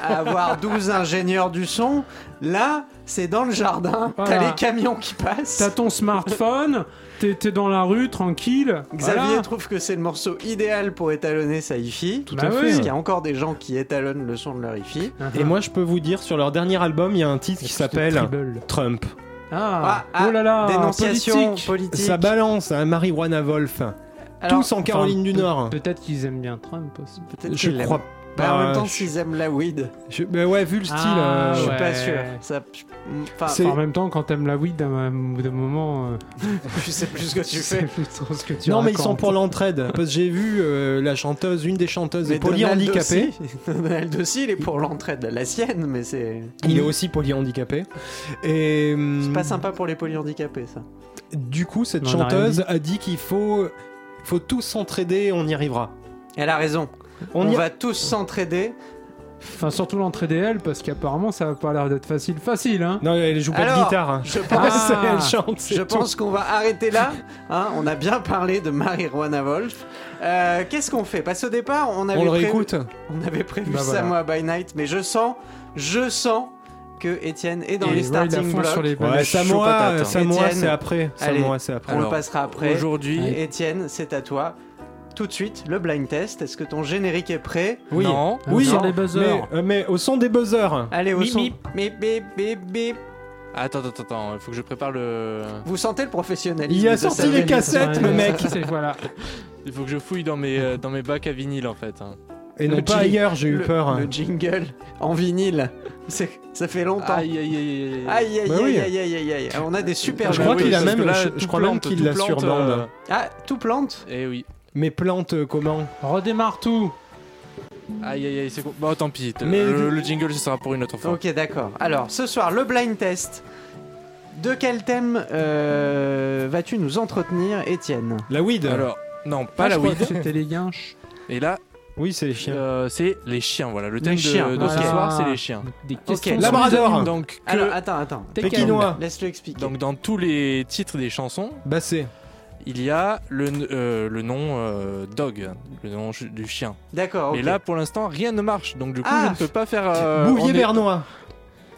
Speaker 4: à avoir 12 ingénieurs du son. Là, c'est dans le jardin.
Speaker 5: Voilà.
Speaker 4: T'as les camions qui passent.
Speaker 5: T'as ton smartphone, t'es t'es dans la rue tranquille.
Speaker 4: Xavier
Speaker 5: voilà.
Speaker 4: trouve que c'est le morceau idéal pour étalonner sa hi-fi.
Speaker 5: Bah
Speaker 2: à fait.
Speaker 5: oui.
Speaker 4: Parce qu'il y a encore des gens qui étalonnent le son de leur hi-fi.
Speaker 5: Ah,
Speaker 2: Et moi, je peux vous dire, sur leur dernier album, il y a un titre qui s'appelle
Speaker 5: Tribble.
Speaker 2: Trump.
Speaker 5: Ah,
Speaker 4: Ah, ah,
Speaker 5: oh là là,
Speaker 4: Dénonciation
Speaker 5: politique.
Speaker 4: politique.
Speaker 2: Ça balance, hein, Marijuana Wolf.
Speaker 4: Alors,
Speaker 2: tous en Caroline du
Speaker 5: Enfin,
Speaker 2: Nord.
Speaker 5: peut- Peut-être qu'ils aiment bien Trump aussi.
Speaker 4: peut-être
Speaker 2: Je
Speaker 4: qu'ils l'aiment.
Speaker 2: crois
Speaker 4: Bah, en même
Speaker 2: pas.
Speaker 4: temps, s'ils aiment la weed,
Speaker 2: je- mais ouais, vu le style.
Speaker 5: Ah,
Speaker 2: euh,
Speaker 4: je suis
Speaker 5: ouais.
Speaker 4: pas sûr. Ça, je- enfin,
Speaker 2: C'est-
Speaker 5: En même temps, quand t'aimes la weed, à un bout d'un moment, euh,
Speaker 4: je sais plus ce que tu
Speaker 5: sais
Speaker 4: fais.
Speaker 5: plus trop ce que tu
Speaker 2: Non, mais ils
Speaker 5: racontes.
Speaker 2: sont pour l'entraide. Parce que j'ai vu euh, la chanteuse, une des chanteuses est polyhandicapée.
Speaker 4: aussi- Donald aussi, il est pour l'entraide, la sienne, mais c'est
Speaker 2: Il est aussi polyhandicapé. Et
Speaker 4: c'est
Speaker 2: hum,
Speaker 4: pas sympa pour les polyhandicapés, ça.
Speaker 2: du coup, cette
Speaker 5: Non, on a rien
Speaker 2: chanteuse a dit qu'il faut, faut tous s'entraider, on y arrivera.
Speaker 4: Elle a raison. On,
Speaker 2: On, y
Speaker 4: va tous s'entraider.
Speaker 5: Enfin, surtout l'entrée des L, parce qu'apparemment, ça a pas l'air d'être facile. Facile, hein
Speaker 2: Non, elle joue pas de
Speaker 4: Alors,
Speaker 2: guitare. hein.
Speaker 4: Je pense,
Speaker 5: Ah,
Speaker 2: elle chante. c'est
Speaker 4: je
Speaker 2: tout.
Speaker 4: pense qu'on va arrêter là. hein. on a bien parlé de Marie-Juana Wolf. Euh, Qu'est-ce qu'on fait Parce qu'au départ, on avait
Speaker 2: On le
Speaker 4: prévu-
Speaker 2: réécoute.
Speaker 4: On avait prévu
Speaker 5: Bah voilà.
Speaker 4: Samoa by Night, mais je sens, je sens que Étienne est dans
Speaker 5: Et ouais,
Speaker 4: les
Speaker 5: il a
Speaker 4: starting
Speaker 5: fond
Speaker 4: blocks.
Speaker 5: sur les
Speaker 2: Ouais,
Speaker 5: balais.
Speaker 2: Samoa,
Speaker 11: chaud patate, hein.
Speaker 2: Samoa,
Speaker 4: Étienne,
Speaker 2: c'est après.
Speaker 4: allez.
Speaker 2: Samoa, c'est après.
Speaker 4: On
Speaker 11: Alors,
Speaker 4: le passera après.
Speaker 11: Aujourd'hui,
Speaker 5: Ouais.
Speaker 4: Étienne, c'est à toi. Tout de suite, le blind test. Est-ce que ton générique est prêt
Speaker 2: Oui.
Speaker 11: non.
Speaker 2: Oui,
Speaker 5: sur
Speaker 2: mais-
Speaker 5: les buzzers.
Speaker 2: Mais, euh, mais au son des buzzers.
Speaker 4: Allez, au
Speaker 11: Bip,
Speaker 4: son.
Speaker 11: bip.
Speaker 4: Bip, bip, bip, bip.
Speaker 11: Attends, attends, attends, il faut que je prépare le.
Speaker 4: Vous sentez le professionnalisme
Speaker 2: Il a
Speaker 4: de
Speaker 2: sorti
Speaker 4: Samuel
Speaker 2: les cassettes,
Speaker 5: Ouais,
Speaker 2: le mec.
Speaker 5: c'est- Voilà.
Speaker 11: Il faut que je fouille dans mes, euh, dans mes bacs à vinyle en fait. hein.
Speaker 2: Et non
Speaker 4: Le
Speaker 2: pas
Speaker 4: G.
Speaker 2: ailleurs, j'ai eu
Speaker 4: le,
Speaker 2: peur.
Speaker 4: Le jingle en vinyle. C'est- Ça fait longtemps. Ah, Aïe,
Speaker 11: Aïe, aïe, aïe, aïe. aïe.
Speaker 4: aïe, aïe,
Speaker 2: Bah oui.
Speaker 4: aïe, aïe, aïe, aïe. On a des super
Speaker 2: Je
Speaker 4: jeux.
Speaker 2: crois qu'il a
Speaker 11: parce
Speaker 2: même-
Speaker 11: que
Speaker 2: je- je
Speaker 11: tout
Speaker 2: crois même
Speaker 11: plante,
Speaker 2: qu'il
Speaker 11: tout
Speaker 2: l'a
Speaker 11: plante,
Speaker 2: sur bande.
Speaker 11: euh,
Speaker 4: Ah, tout plante.
Speaker 11: Eh oui.
Speaker 2: Mais plante euh, comment
Speaker 5: Redémarre tout.
Speaker 11: Aïe, aïe, aïe, c'est con. Bon, tant pis. t-
Speaker 2: Mais-
Speaker 11: Le, le jingle, ce sera pour une autre fois.
Speaker 4: Ok, d'accord. Alors, ce soir, le blind test. De quel thème euh, vas-tu nous entretenir, Étienne
Speaker 2: La weed.
Speaker 11: Alors, non,
Speaker 2: Ah,
Speaker 11: pas la
Speaker 5: weed.
Speaker 11: weed.
Speaker 5: C'était les guinches.
Speaker 11: Et là,
Speaker 2: Oui, c'est les chiens.
Speaker 11: euh, c'est les chiens. Voilà, le thème de,
Speaker 4: chiens,
Speaker 11: de
Speaker 4: voilà.
Speaker 11: ce soir, c'est les chiens.
Speaker 5: Des questions. sur-
Speaker 4: Ok.
Speaker 2: Labrador.
Speaker 11: Donc, que-
Speaker 4: Alors, attends, attends.
Speaker 5: T'es
Speaker 2: Pékinois.
Speaker 4: Laisse-le expliquer.
Speaker 11: donc, dans tous les titres des chansons,
Speaker 2: Bassé.
Speaker 11: il y a le, n- euh, le nom euh, dog, le nom ch- du chien.
Speaker 4: D'accord, ok.
Speaker 11: Et là, pour l'instant, rien ne marche. Donc, du coup,
Speaker 4: Ah
Speaker 11: je ne peux pas faire. euh, on est-
Speaker 2: Bouvier-Bernois.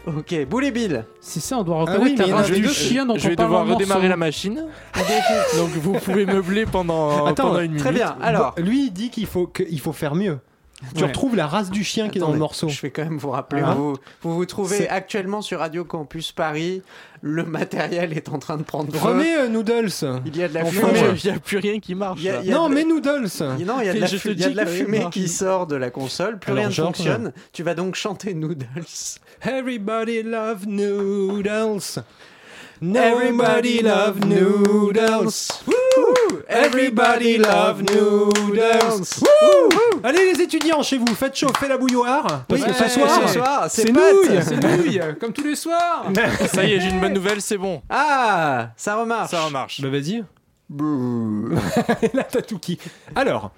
Speaker 4: Ok, Boule et Bill.
Speaker 5: C'est ça, on doit
Speaker 2: Ah oui, mais
Speaker 5: reconnaître
Speaker 2: il y en
Speaker 5: la
Speaker 2: a
Speaker 5: race du
Speaker 2: deux.
Speaker 5: chien dont
Speaker 11: Je vais
Speaker 5: on parle
Speaker 11: devoir
Speaker 5: en morceaux.
Speaker 11: redémarrer la machine. Donc, vous pouvez meubler pendant,
Speaker 2: Attends,
Speaker 11: pendant une minute.
Speaker 4: Très bien, alors...
Speaker 2: Bon, lui, il dit qu'il faut, qu'il faut faire mieux. Tu
Speaker 5: Ouais.
Speaker 2: retrouves la race du chien qui est dans le
Speaker 4: Attendez,
Speaker 2: morceau.
Speaker 4: Je vais quand même vous rappeler,
Speaker 2: Ah.
Speaker 4: vous, vous vous trouvez
Speaker 2: C'est-
Speaker 4: actuellement sur Radio Campus Paris, le matériel est en train de prendre feu,
Speaker 2: Remets euh, Noodles.
Speaker 4: il y a de la
Speaker 2: Enfin,
Speaker 11: Non,
Speaker 4: fumée,
Speaker 11: mais
Speaker 2: ouais.
Speaker 11: Il n'y a plus rien qui marche.
Speaker 4: Il y a-
Speaker 11: là.
Speaker 4: il y a
Speaker 2: Non,
Speaker 4: de-
Speaker 2: mais Noodles.
Speaker 4: Il- non, il y a de la,
Speaker 11: Je te
Speaker 4: fu- il y a
Speaker 11: dis
Speaker 4: de la
Speaker 11: que rien
Speaker 4: fumée
Speaker 11: marche.
Speaker 4: qui sort de la console, plus
Speaker 2: Alors,
Speaker 4: rien ne
Speaker 2: genre,
Speaker 4: fonctionne, tu vas donc chanter Noodles.
Speaker 2: Everybody love noodles.
Speaker 4: Everybody love noodles. Wouh
Speaker 2: Everybody love noodles.
Speaker 4: Wouh
Speaker 2: Allez les étudiants chez vous, faites chauffer la bouilloire. Parce
Speaker 4: Oui,
Speaker 2: que
Speaker 4: ouais,
Speaker 2: ce soir,
Speaker 4: ce soir, c'est
Speaker 2: c'est nouilles.
Speaker 4: nouilles.
Speaker 5: C'est nouilles, comme tous les soirs.
Speaker 11: Ça y est, j'ai une bonne nouvelle, c'est bon.
Speaker 4: Ah, ça remarche.
Speaker 11: Ça remarche.
Speaker 2: Bah vas-y. Là t'as tout qui. Alors,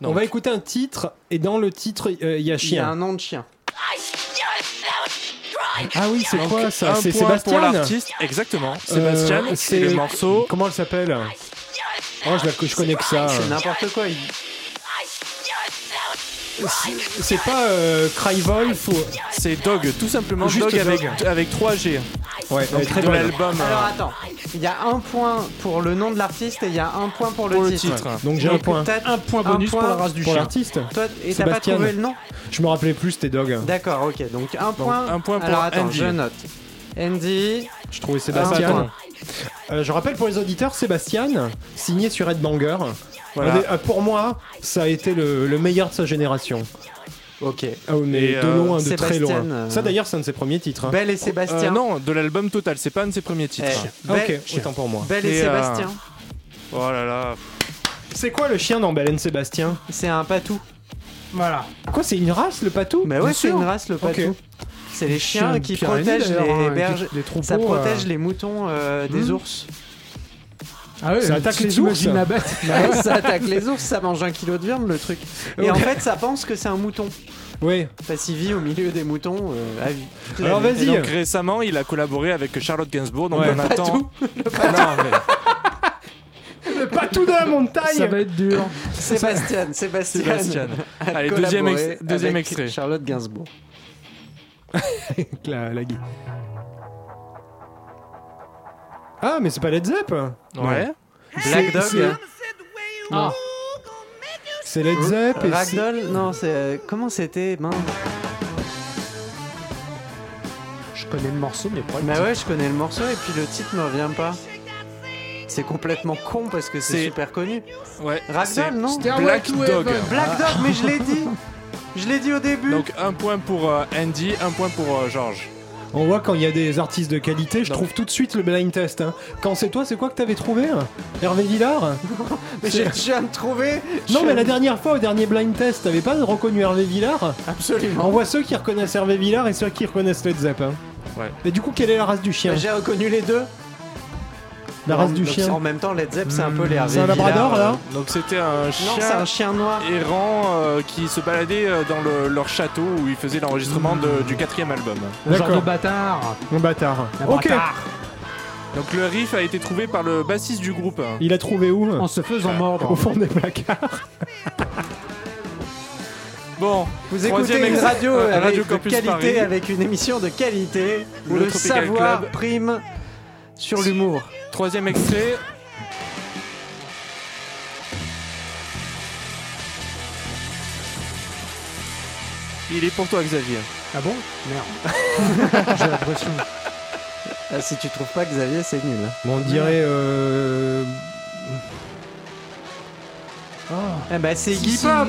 Speaker 2: on
Speaker 11: Donc.
Speaker 2: va écouter un titre et dans le titre euh, il y a
Speaker 4: Il y a
Speaker 2: chien.
Speaker 4: un nom de chien.
Speaker 2: Ah oui c'est
Speaker 11: Donc,
Speaker 2: quoi
Speaker 11: un
Speaker 2: ça C'est
Speaker 11: point pour
Speaker 2: Sébastien.
Speaker 11: l'artiste, exactement.
Speaker 2: Euh,
Speaker 11: Sébastien, c'est
Speaker 2: c'est-
Speaker 11: le morceau.
Speaker 2: Comment elle s'appelle Oh je, la- je connais que ça.
Speaker 4: C'est n'importe quoi. il-
Speaker 2: C'est- C'est pas euh, Cry Wolf ou...
Speaker 11: C'est Dog, tout simplement
Speaker 2: Juste
Speaker 11: Dog, avec,
Speaker 2: Dog.
Speaker 11: avec 3G.
Speaker 2: Ouais, elle est très
Speaker 11: de
Speaker 2: bonne.
Speaker 11: l'album. euh,
Speaker 4: Alors attends, il y a un point pour le nom de l'artiste et il y a un point pour le
Speaker 11: Pour le
Speaker 4: titre.
Speaker 11: titre.
Speaker 2: Donc j'ai un point.
Speaker 4: T'as-
Speaker 5: Un point bonus
Speaker 4: point
Speaker 5: pour la race du
Speaker 2: Pour
Speaker 5: chien.
Speaker 2: l'artiste
Speaker 4: Toi, et t'as pas
Speaker 2: Sébastien.
Speaker 4: trouvé le nom
Speaker 2: Je me rappelais plus tes dogs.
Speaker 4: D'accord, ok. Donc un point.
Speaker 11: un point pour
Speaker 4: Alors attends,
Speaker 11: Andy.
Speaker 4: je note. Andy,
Speaker 2: Je trouvais
Speaker 4: Ah,
Speaker 2: Sébastien.
Speaker 4: pardon.
Speaker 2: Euh, je rappelle pour les auditeurs, Sébastien, signé sur Ed Banger.
Speaker 11: Voilà.
Speaker 2: Un des- euh, pour moi, ça a été le, le meilleur de sa génération.
Speaker 4: ok.
Speaker 2: Ah, mais
Speaker 11: Et,
Speaker 2: de
Speaker 11: euh,
Speaker 2: loin, de très
Speaker 4: Sébastien,
Speaker 2: loin.
Speaker 4: euh,
Speaker 2: Ça d'ailleurs, c'est un de ses premiers titres. hein.
Speaker 4: Belle et
Speaker 11: Euh,
Speaker 4: Sébastien.
Speaker 11: non, de l'album total, c'est pas un de ses premiers titres.
Speaker 4: Eh,
Speaker 2: Ah, ok,
Speaker 4: Belle-
Speaker 2: autant pour moi.
Speaker 4: Belle et
Speaker 11: Et, euh,
Speaker 4: Sébastien.
Speaker 11: Oh là là.
Speaker 2: C'est quoi le chien dans Baleine Sébastien
Speaker 4: C'est un patou.
Speaker 5: Voilà.
Speaker 2: Quoi, c'est une race le patou
Speaker 4: Mais
Speaker 2: Bien
Speaker 4: ouais, c'est
Speaker 2: sûr.
Speaker 4: une race le patou.
Speaker 2: Ok.
Speaker 4: C'est les chiens
Speaker 5: de
Speaker 4: qui
Speaker 5: Pyrénées,
Speaker 4: protègent
Speaker 5: d'ailleurs, hein,
Speaker 4: les
Speaker 5: qui-
Speaker 4: berges.
Speaker 5: les troupeaux,
Speaker 4: Ça protège
Speaker 5: euh,
Speaker 4: les moutons euh, des
Speaker 5: Hmm.
Speaker 4: ours.
Speaker 5: Ah ouais,
Speaker 2: Ça attaque
Speaker 5: si
Speaker 2: les
Speaker 5: t'imagines
Speaker 2: ours.
Speaker 5: la bête.
Speaker 4: ça attaque les ours, ça mange un kilo de viande le truc. Et en
Speaker 2: Ouais.
Speaker 4: fait, ça pense que c'est un mouton.
Speaker 2: Ouais.
Speaker 4: Parce qu'il vit au milieu des moutons euh, à vie. Toute la
Speaker 2: Alors
Speaker 4: vie.
Speaker 2: vas-y.
Speaker 11: Donc récemment, il a collaboré avec Charlotte Gainsbourg, donc
Speaker 2: Ouais.
Speaker 11: on
Speaker 4: Patou.
Speaker 11: attend. Non, mais-
Speaker 2: Le patou de la
Speaker 5: Ça
Speaker 2: montagne.
Speaker 5: va être dur.
Speaker 4: Sébastien, Sébastien.
Speaker 11: Sébastien.
Speaker 4: a
Speaker 11: Allez, deuxième
Speaker 4: collaboré
Speaker 11: ex- deuxième
Speaker 4: avec
Speaker 11: extrait.
Speaker 4: Charlotte Gainsbourg.
Speaker 2: La, la gui- Ah, mais c'est pas Led Zepp
Speaker 11: Ouais.
Speaker 4: Black Dog.
Speaker 5: Ah,
Speaker 2: C'est
Speaker 4: Hein
Speaker 2: Led Zepp et c'est-
Speaker 4: Ragdoll Non, c'est. euh, comment c'était ben,
Speaker 5: je connais le morceau, mais pas le
Speaker 4: Bah
Speaker 5: titre.
Speaker 4: ouais, je connais le morceau et puis le titre me revient pas. c'est complètement con parce que c'est
Speaker 11: C'est- Ah.
Speaker 4: super connu.
Speaker 11: Ouais, c'est
Speaker 4: Ragdoll, non
Speaker 11: Black Dog.
Speaker 4: Black Dog, mais je l'ai dit Je l'ai dit au début
Speaker 11: Donc un point pour euh, Andy, un point pour euh, Georges.
Speaker 2: On voit quand il y a des artistes de qualité, je
Speaker 11: Non.
Speaker 2: trouve tout de suite le blind test. hein. Quand c'est toi, c'est quoi que t'avais trouvé hein Hervé Villard
Speaker 4: Mais j'ai- je viens de trouver
Speaker 2: Non,
Speaker 4: je-
Speaker 2: mais la dernière fois, au dernier blind test, t'avais pas reconnu Hervé Villard On
Speaker 4: Absolument
Speaker 2: voit ceux qui reconnaissent Hervé Villard et ceux qui reconnaissent Led Zepp. hein.
Speaker 11: Ouais.
Speaker 2: Et du coup, quelle est la race du chien
Speaker 4: J'ai reconnu les deux
Speaker 2: La race du
Speaker 4: Donc,
Speaker 2: chien
Speaker 4: En même temps, Led Zepp, c'est un peu les Hervé
Speaker 2: C'est un
Speaker 4: Villard,
Speaker 2: labrador, là
Speaker 4: euh,
Speaker 11: Donc c'était un Hmm. chien.
Speaker 4: Non, c'est un chien noir.
Speaker 11: errants euh, qui se baladaient euh, dans le- leur château où ils faisaient l'enregistrement de-
Speaker 4: Mmh.
Speaker 11: du quatrième album.
Speaker 5: Le genre
Speaker 2: D'accord.
Speaker 5: de bâtard.
Speaker 4: euh,
Speaker 2: Mon bâtard.
Speaker 5: Un
Speaker 2: Ok
Speaker 5: bâtard.
Speaker 11: Donc le riff a été trouvé par le bassiste du groupe.
Speaker 2: Il a trouvé où euh,
Speaker 5: En se faisant mordre.
Speaker 2: Au fond des placards.
Speaker 11: Bon,
Speaker 4: Vous
Speaker 11: Troisième
Speaker 4: écoutez une
Speaker 11: extrait.
Speaker 4: radio,
Speaker 11: Euh,
Speaker 4: avec
Speaker 11: Radio
Speaker 4: de
Speaker 11: Campus
Speaker 4: qualité,
Speaker 11: Paris.
Speaker 4: avec une émission de qualité, où
Speaker 11: Ou le
Speaker 4: le
Speaker 11: Tropical
Speaker 4: savoir
Speaker 11: Club.
Speaker 4: prime sur l'humour.
Speaker 11: troisième extrait. Il est pour toi Xavier.
Speaker 5: Ah bon Merde. J'ai l'impression.
Speaker 4: Ah, si tu trouves pas Xavier, c'est nul.
Speaker 2: Bon, on dirait. euh,
Speaker 5: Ah,
Speaker 4: Eh ben, c'est
Speaker 1: Si,
Speaker 4: Iggy
Speaker 1: si.
Speaker 4: Pop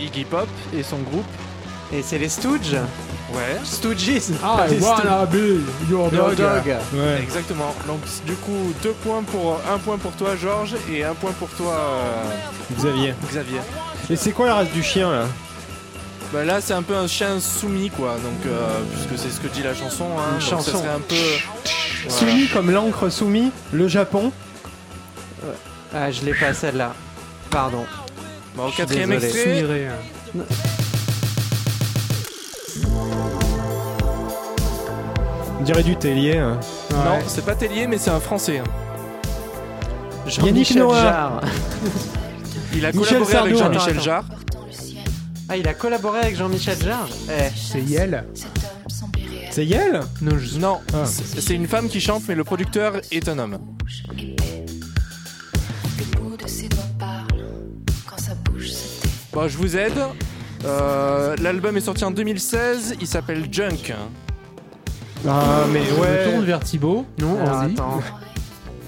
Speaker 11: Iggy Pop et son groupe.
Speaker 4: Et c'est les Stooges
Speaker 11: Ouais.
Speaker 4: Stooges
Speaker 5: ah
Speaker 4: pas les Stooges.
Speaker 5: voilà, Bill, your
Speaker 4: Dog.
Speaker 5: dog.
Speaker 2: Ouais.
Speaker 11: Exactement. Donc du coup deux points pour un point pour toi Georges et un point pour toi euh,
Speaker 2: Xavier.
Speaker 11: Xavier.
Speaker 2: Et c'est quoi la race du chien là
Speaker 11: Bah là c'est un peu un chien soumis quoi donc euh, puisque c'est ce que dit la chanson. Hein,
Speaker 4: Une
Speaker 11: donc
Speaker 4: chanson.
Speaker 11: Ça serait un peu. Voilà.
Speaker 2: Soumis comme l'encre soumis, le Japon.
Speaker 4: Ah, je l'ai pas celle-là. Pardon.
Speaker 11: Bah, au
Speaker 4: Je suis
Speaker 11: quatrième
Speaker 4: désolé.
Speaker 11: extrait.
Speaker 5: Soumiré. hein.
Speaker 2: On dirait du Tellier. hein.
Speaker 11: Non, c'est pas Tellier mais c'est un Français. hein.
Speaker 4: Yannick
Speaker 2: Noah.
Speaker 4: Jarre.
Speaker 11: Il a
Speaker 2: Michel
Speaker 11: collaboré avec
Speaker 2: Sardou.
Speaker 11: Jean-Michel
Speaker 4: Attends,
Speaker 11: Jarre.
Speaker 4: Ah, il a collaboré avec Jean-Michel Jarre Eh,
Speaker 5: C'est Yel.
Speaker 2: C'est Yel
Speaker 5: Non, je...
Speaker 11: Non,
Speaker 2: Ah.
Speaker 11: c'est c'est une femme qui chante, mais le producteur est un homme. Bon, je vous aide. Euh, L'album est sorti en 2016. Il s'appelle Junk.
Speaker 2: Ah, mais
Speaker 5: Je me tourne
Speaker 2: ouais.
Speaker 5: vers Thibaut. Non,
Speaker 4: alors,
Speaker 5: vas-y.
Speaker 4: attends.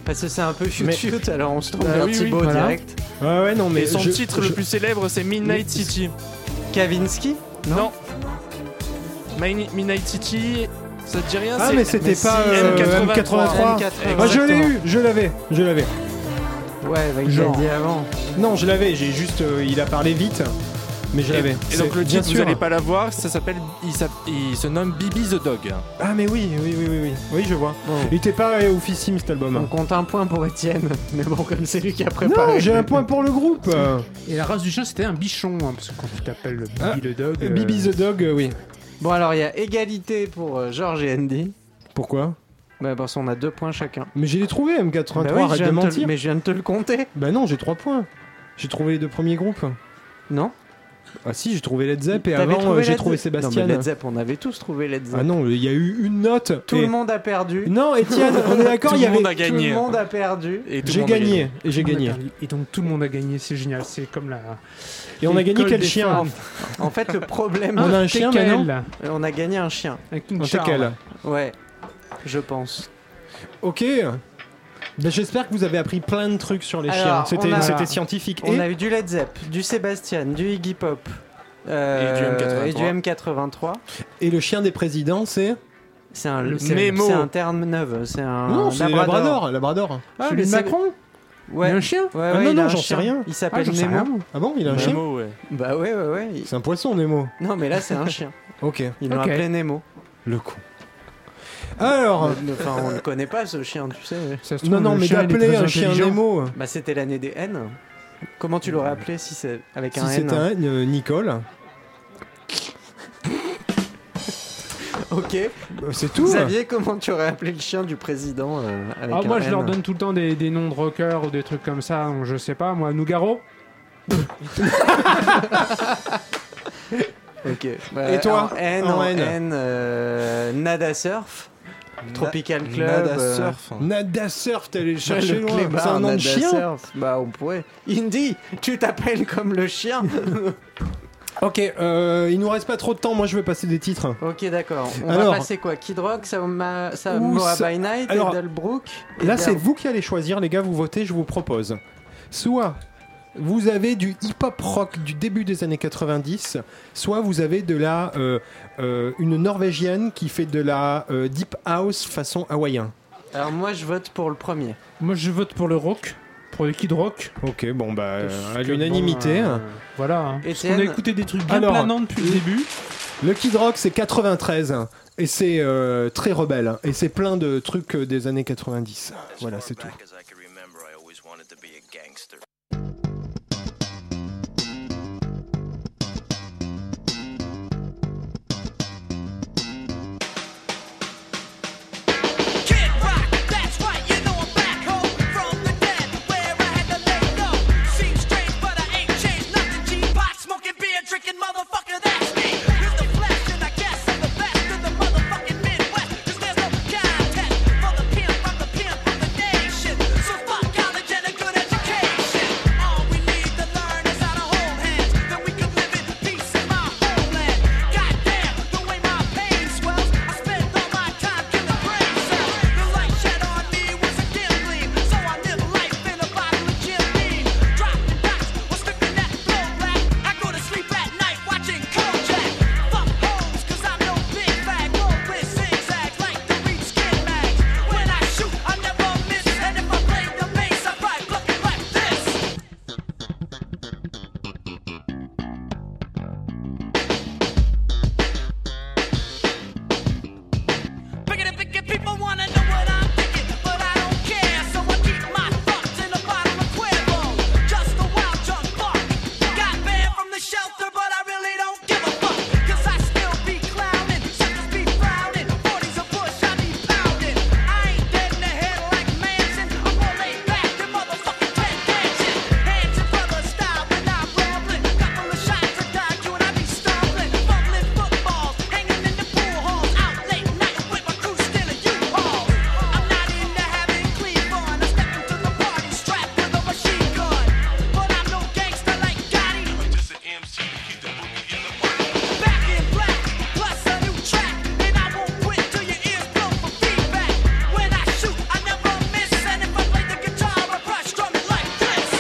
Speaker 4: Parce que c'est un peu
Speaker 2: Mais-
Speaker 4: shoot-shoot, alors on se trouve
Speaker 11: Bah
Speaker 4: vers
Speaker 11: oui, oui,
Speaker 4: Thibaut
Speaker 5: voilà.
Speaker 4: direct.
Speaker 2: Ouais, ouais, non, mais.
Speaker 11: Et son
Speaker 2: je-
Speaker 11: titre
Speaker 2: je-
Speaker 11: le plus célèbre, c'est Midnight City.
Speaker 4: Kavinsky
Speaker 11: Non. Mine- Midnight City, ça te dit rien
Speaker 2: Ah,
Speaker 11: C'est-
Speaker 2: mais c'était
Speaker 11: c'est
Speaker 2: pas euh,
Speaker 11: M83.
Speaker 2: M83.
Speaker 4: M83.
Speaker 2: Moi, Eh ben, je l'ai eu, je l'avais, je l'avais.
Speaker 4: Ouais, bah, il l'a
Speaker 2: Genre.
Speaker 4: dit avant.
Speaker 2: Non, je l'avais, j'ai juste. euh, il a parlé vite, mais je
Speaker 11: Et-
Speaker 2: l'avais.
Speaker 11: Et, donc
Speaker 2: C'est-
Speaker 11: le
Speaker 2: bien
Speaker 11: titre, vous
Speaker 2: sûr.
Speaker 11: n'allez pas l'avoir, ça s'appelle, il, s'app- il se nomme Bibi the Dog.
Speaker 2: Ah, mais oui, oui, oui, oui, oui. Oui, je vois.
Speaker 4: Bon.
Speaker 2: Il était pas euh, officime cet album.
Speaker 4: On compte un point pour Étienne, mais bon, comme c'est lui qui a préparé.
Speaker 2: Non, j'ai un point pour le groupe. euh.
Speaker 5: Et la race du chien, c'était un bichon. hein, parce que quand tu t'appelles Bibi
Speaker 2: Ah,
Speaker 5: le dog. euh,
Speaker 2: Bibi the Dog, euh, oui.
Speaker 4: Bon, alors il y a égalité pour euh, Georges et Andy.
Speaker 2: Pourquoi
Speaker 4: Bah, parce qu'on a deux points chacun.
Speaker 2: Mais j'ai les trouvés, M83,
Speaker 4: Bah oui, je
Speaker 2: arrête de
Speaker 4: viens de te le-
Speaker 2: mentir.
Speaker 4: mais je viens de te le compter,
Speaker 2: Bah non, j'ai trois points. J'ai trouvé les deux premiers groupes.
Speaker 4: non
Speaker 2: Ah si, j'ai trouvé Led Zepp et
Speaker 4: T'avais
Speaker 2: avant euh, j'ai
Speaker 4: Led
Speaker 2: trouvé
Speaker 4: Zepp
Speaker 2: Sébastien.
Speaker 4: Non, mais Led Zepp, on avait tous trouvé Led Zepp.
Speaker 2: ah non, il y a eu une note.
Speaker 4: Tout
Speaker 2: et-
Speaker 4: le monde a perdu.
Speaker 2: Non, Étienne, on est d'accord,
Speaker 11: Tout
Speaker 2: il y
Speaker 11: le
Speaker 2: avait.
Speaker 11: monde a
Speaker 4: Tout
Speaker 11: gagné.
Speaker 4: le monde a perdu.
Speaker 11: Et tout le
Speaker 2: J'ai
Speaker 11: monde a
Speaker 2: gagné et j'ai
Speaker 5: on a Ah,
Speaker 2: gagné.
Speaker 5: perdu. Et donc tout le monde a gagné, c'est génial. C'est comme la.
Speaker 2: Et on a gagné
Speaker 5: l'école
Speaker 2: quel
Speaker 5: des
Speaker 2: chien
Speaker 5: femmes.
Speaker 4: En fait, le problème,
Speaker 2: On a un chien
Speaker 5: Teckel,
Speaker 2: maintenant
Speaker 4: Euh, on a gagné un chien.
Speaker 5: Avec une
Speaker 2: Un
Speaker 5: charme.
Speaker 2: teckel.
Speaker 4: Ouais, je pense.
Speaker 2: Ok. Ben, J'espère que vous avez appris plein de trucs sur les
Speaker 4: Alors,
Speaker 2: chiens.
Speaker 4: on a-
Speaker 2: C'était c'était scientifique.
Speaker 4: On
Speaker 2: et
Speaker 4: a eu du Led Zepp, du Sébastien, du Iggy Pop.
Speaker 11: Et
Speaker 4: euh,
Speaker 11: du M83.
Speaker 4: et du M83.
Speaker 2: Et le chien des présidents, c'est
Speaker 4: C'est un,
Speaker 5: Le
Speaker 4: c'est-
Speaker 11: Nemo.
Speaker 4: c'est un terme neuf, c'est un
Speaker 2: Non, c'est Labrador. Labrador.
Speaker 4: Ah,
Speaker 5: Celui
Speaker 4: mais
Speaker 5: de
Speaker 4: c'est-
Speaker 5: Macron
Speaker 4: Ouais.
Speaker 5: Il y a un chien
Speaker 4: Ouais,
Speaker 2: Ah
Speaker 4: ouais,
Speaker 2: non,
Speaker 4: il
Speaker 2: non,
Speaker 4: a un
Speaker 2: j'en
Speaker 4: chien.
Speaker 2: sais rien.
Speaker 4: Il
Speaker 5: Ah,
Speaker 4: s'appelle
Speaker 5: j'en sais
Speaker 4: Nemo.
Speaker 5: rien.
Speaker 2: Ah bon, il a un chien
Speaker 11: Nemo, ouais.
Speaker 4: Bah ouais, ouais, ouais.
Speaker 2: C'est un poisson, Nemo.
Speaker 4: Non, mais là, c'est un chien.
Speaker 2: Ok.
Speaker 4: Ils l'ont
Speaker 5: Ok.
Speaker 4: appelé Nemo.
Speaker 2: Le con. Alors,
Speaker 4: Enfin, on ne connaît pas ce chien, tu sais.
Speaker 5: Ça se
Speaker 2: non,
Speaker 5: trouve,
Speaker 2: non,
Speaker 5: le
Speaker 2: mais
Speaker 5: chien, il est
Speaker 2: d'appeler
Speaker 5: très
Speaker 2: un chien
Speaker 5: intelligent.
Speaker 2: Nemo. euh,
Speaker 4: Bah, c'était l'année des N. Comment tu l'aurais appelé si c'est avec
Speaker 2: Si
Speaker 4: un N
Speaker 2: c'était un N, euh, Nicole,
Speaker 4: Ok.
Speaker 2: euh, c'est tout.
Speaker 4: Xavier, comment tu aurais appelé le chien du président euh, avec
Speaker 5: Ah,
Speaker 4: un
Speaker 5: moi, je
Speaker 4: N
Speaker 5: leur donne tout le temps des, des noms de rockers ou des trucs comme ça. donc je sais pas, moi, Nougaro
Speaker 4: Ok. Ouais,
Speaker 2: toi
Speaker 4: en N,
Speaker 2: En
Speaker 4: en
Speaker 2: N.
Speaker 4: N, euh, Nada Surf, Tropical Club,
Speaker 11: Nada
Speaker 4: euh,
Speaker 11: Surf.
Speaker 2: Nada Surf, t'es allé
Speaker 4: Ouais,
Speaker 2: chercher
Speaker 4: le
Speaker 2: loin.
Speaker 4: clébard,
Speaker 2: C'est un nom de
Speaker 4: Nada
Speaker 2: chien.
Speaker 4: Surf. Bah, on pourrait. Indy, tu t'appelles comme le chien.
Speaker 2: Ok, euh, il nous reste pas trop de temps. Moi, je vais passer des titres.
Speaker 4: Ok, d'accord. On
Speaker 2: Alors-
Speaker 4: va passer quoi Kid Rock, Saoma, Samoa
Speaker 2: Ouh, ça-
Speaker 4: by Night,
Speaker 2: alors,
Speaker 4: Edel Brook.
Speaker 2: Là,
Speaker 4: Edel-
Speaker 2: c'est vous qui allez choisir, les gars. Vous votez, je vous propose. Soit vous avez du hip-hop rock du début des années 90, soit vous avez de la euh, euh, une norvégienne qui fait de la euh, deep house façon hawaïen.
Speaker 4: Alors moi, je vote pour le premier.
Speaker 5: Moi, je vote pour le rock, pour le Kid Rock.
Speaker 2: Ok, bon bah
Speaker 5: Parce
Speaker 2: euh, à
Speaker 5: que,
Speaker 2: l'unanimité.
Speaker 5: bon, euh, voilà. hein. Parce qu'on
Speaker 4: Étienne-
Speaker 5: a écouté des trucs bien
Speaker 2: Alors,
Speaker 5: planants depuis le début.
Speaker 2: Le Kid Rock, c'est 93. Et c'est euh, très rebelle. Et c'est plein de trucs euh, des années 90. Voilà, c'est tout.
Speaker 8: People wanna know what I'm thinking, but I don't care. So I keep my thoughts in a bottle of Cuervo, just a wild junk fuck. Got banned from the shelter, but I really don't give a fuck. 'Cause I still be clowning, suckers be frowning. 40's a push, I be pounding. I ain't dead in the head like Manson. I'm more laid back than motherfucking Ted Danson. Hands and brother style when I'm rambling. Couple of shots to die, you and I be stumbling. Fumbling footballs, hanging in the pool halls. Out late night with my crew still a U-Haul. I'm not into having clean fun. I step into the party strapped with a machine gun. But I'm no gangster like Gotti. Back in black, plus a new track. And I won't quit till your ears blow for feedback. When I shoot, I never miss. And if I play the guitar, I brush drum it like this.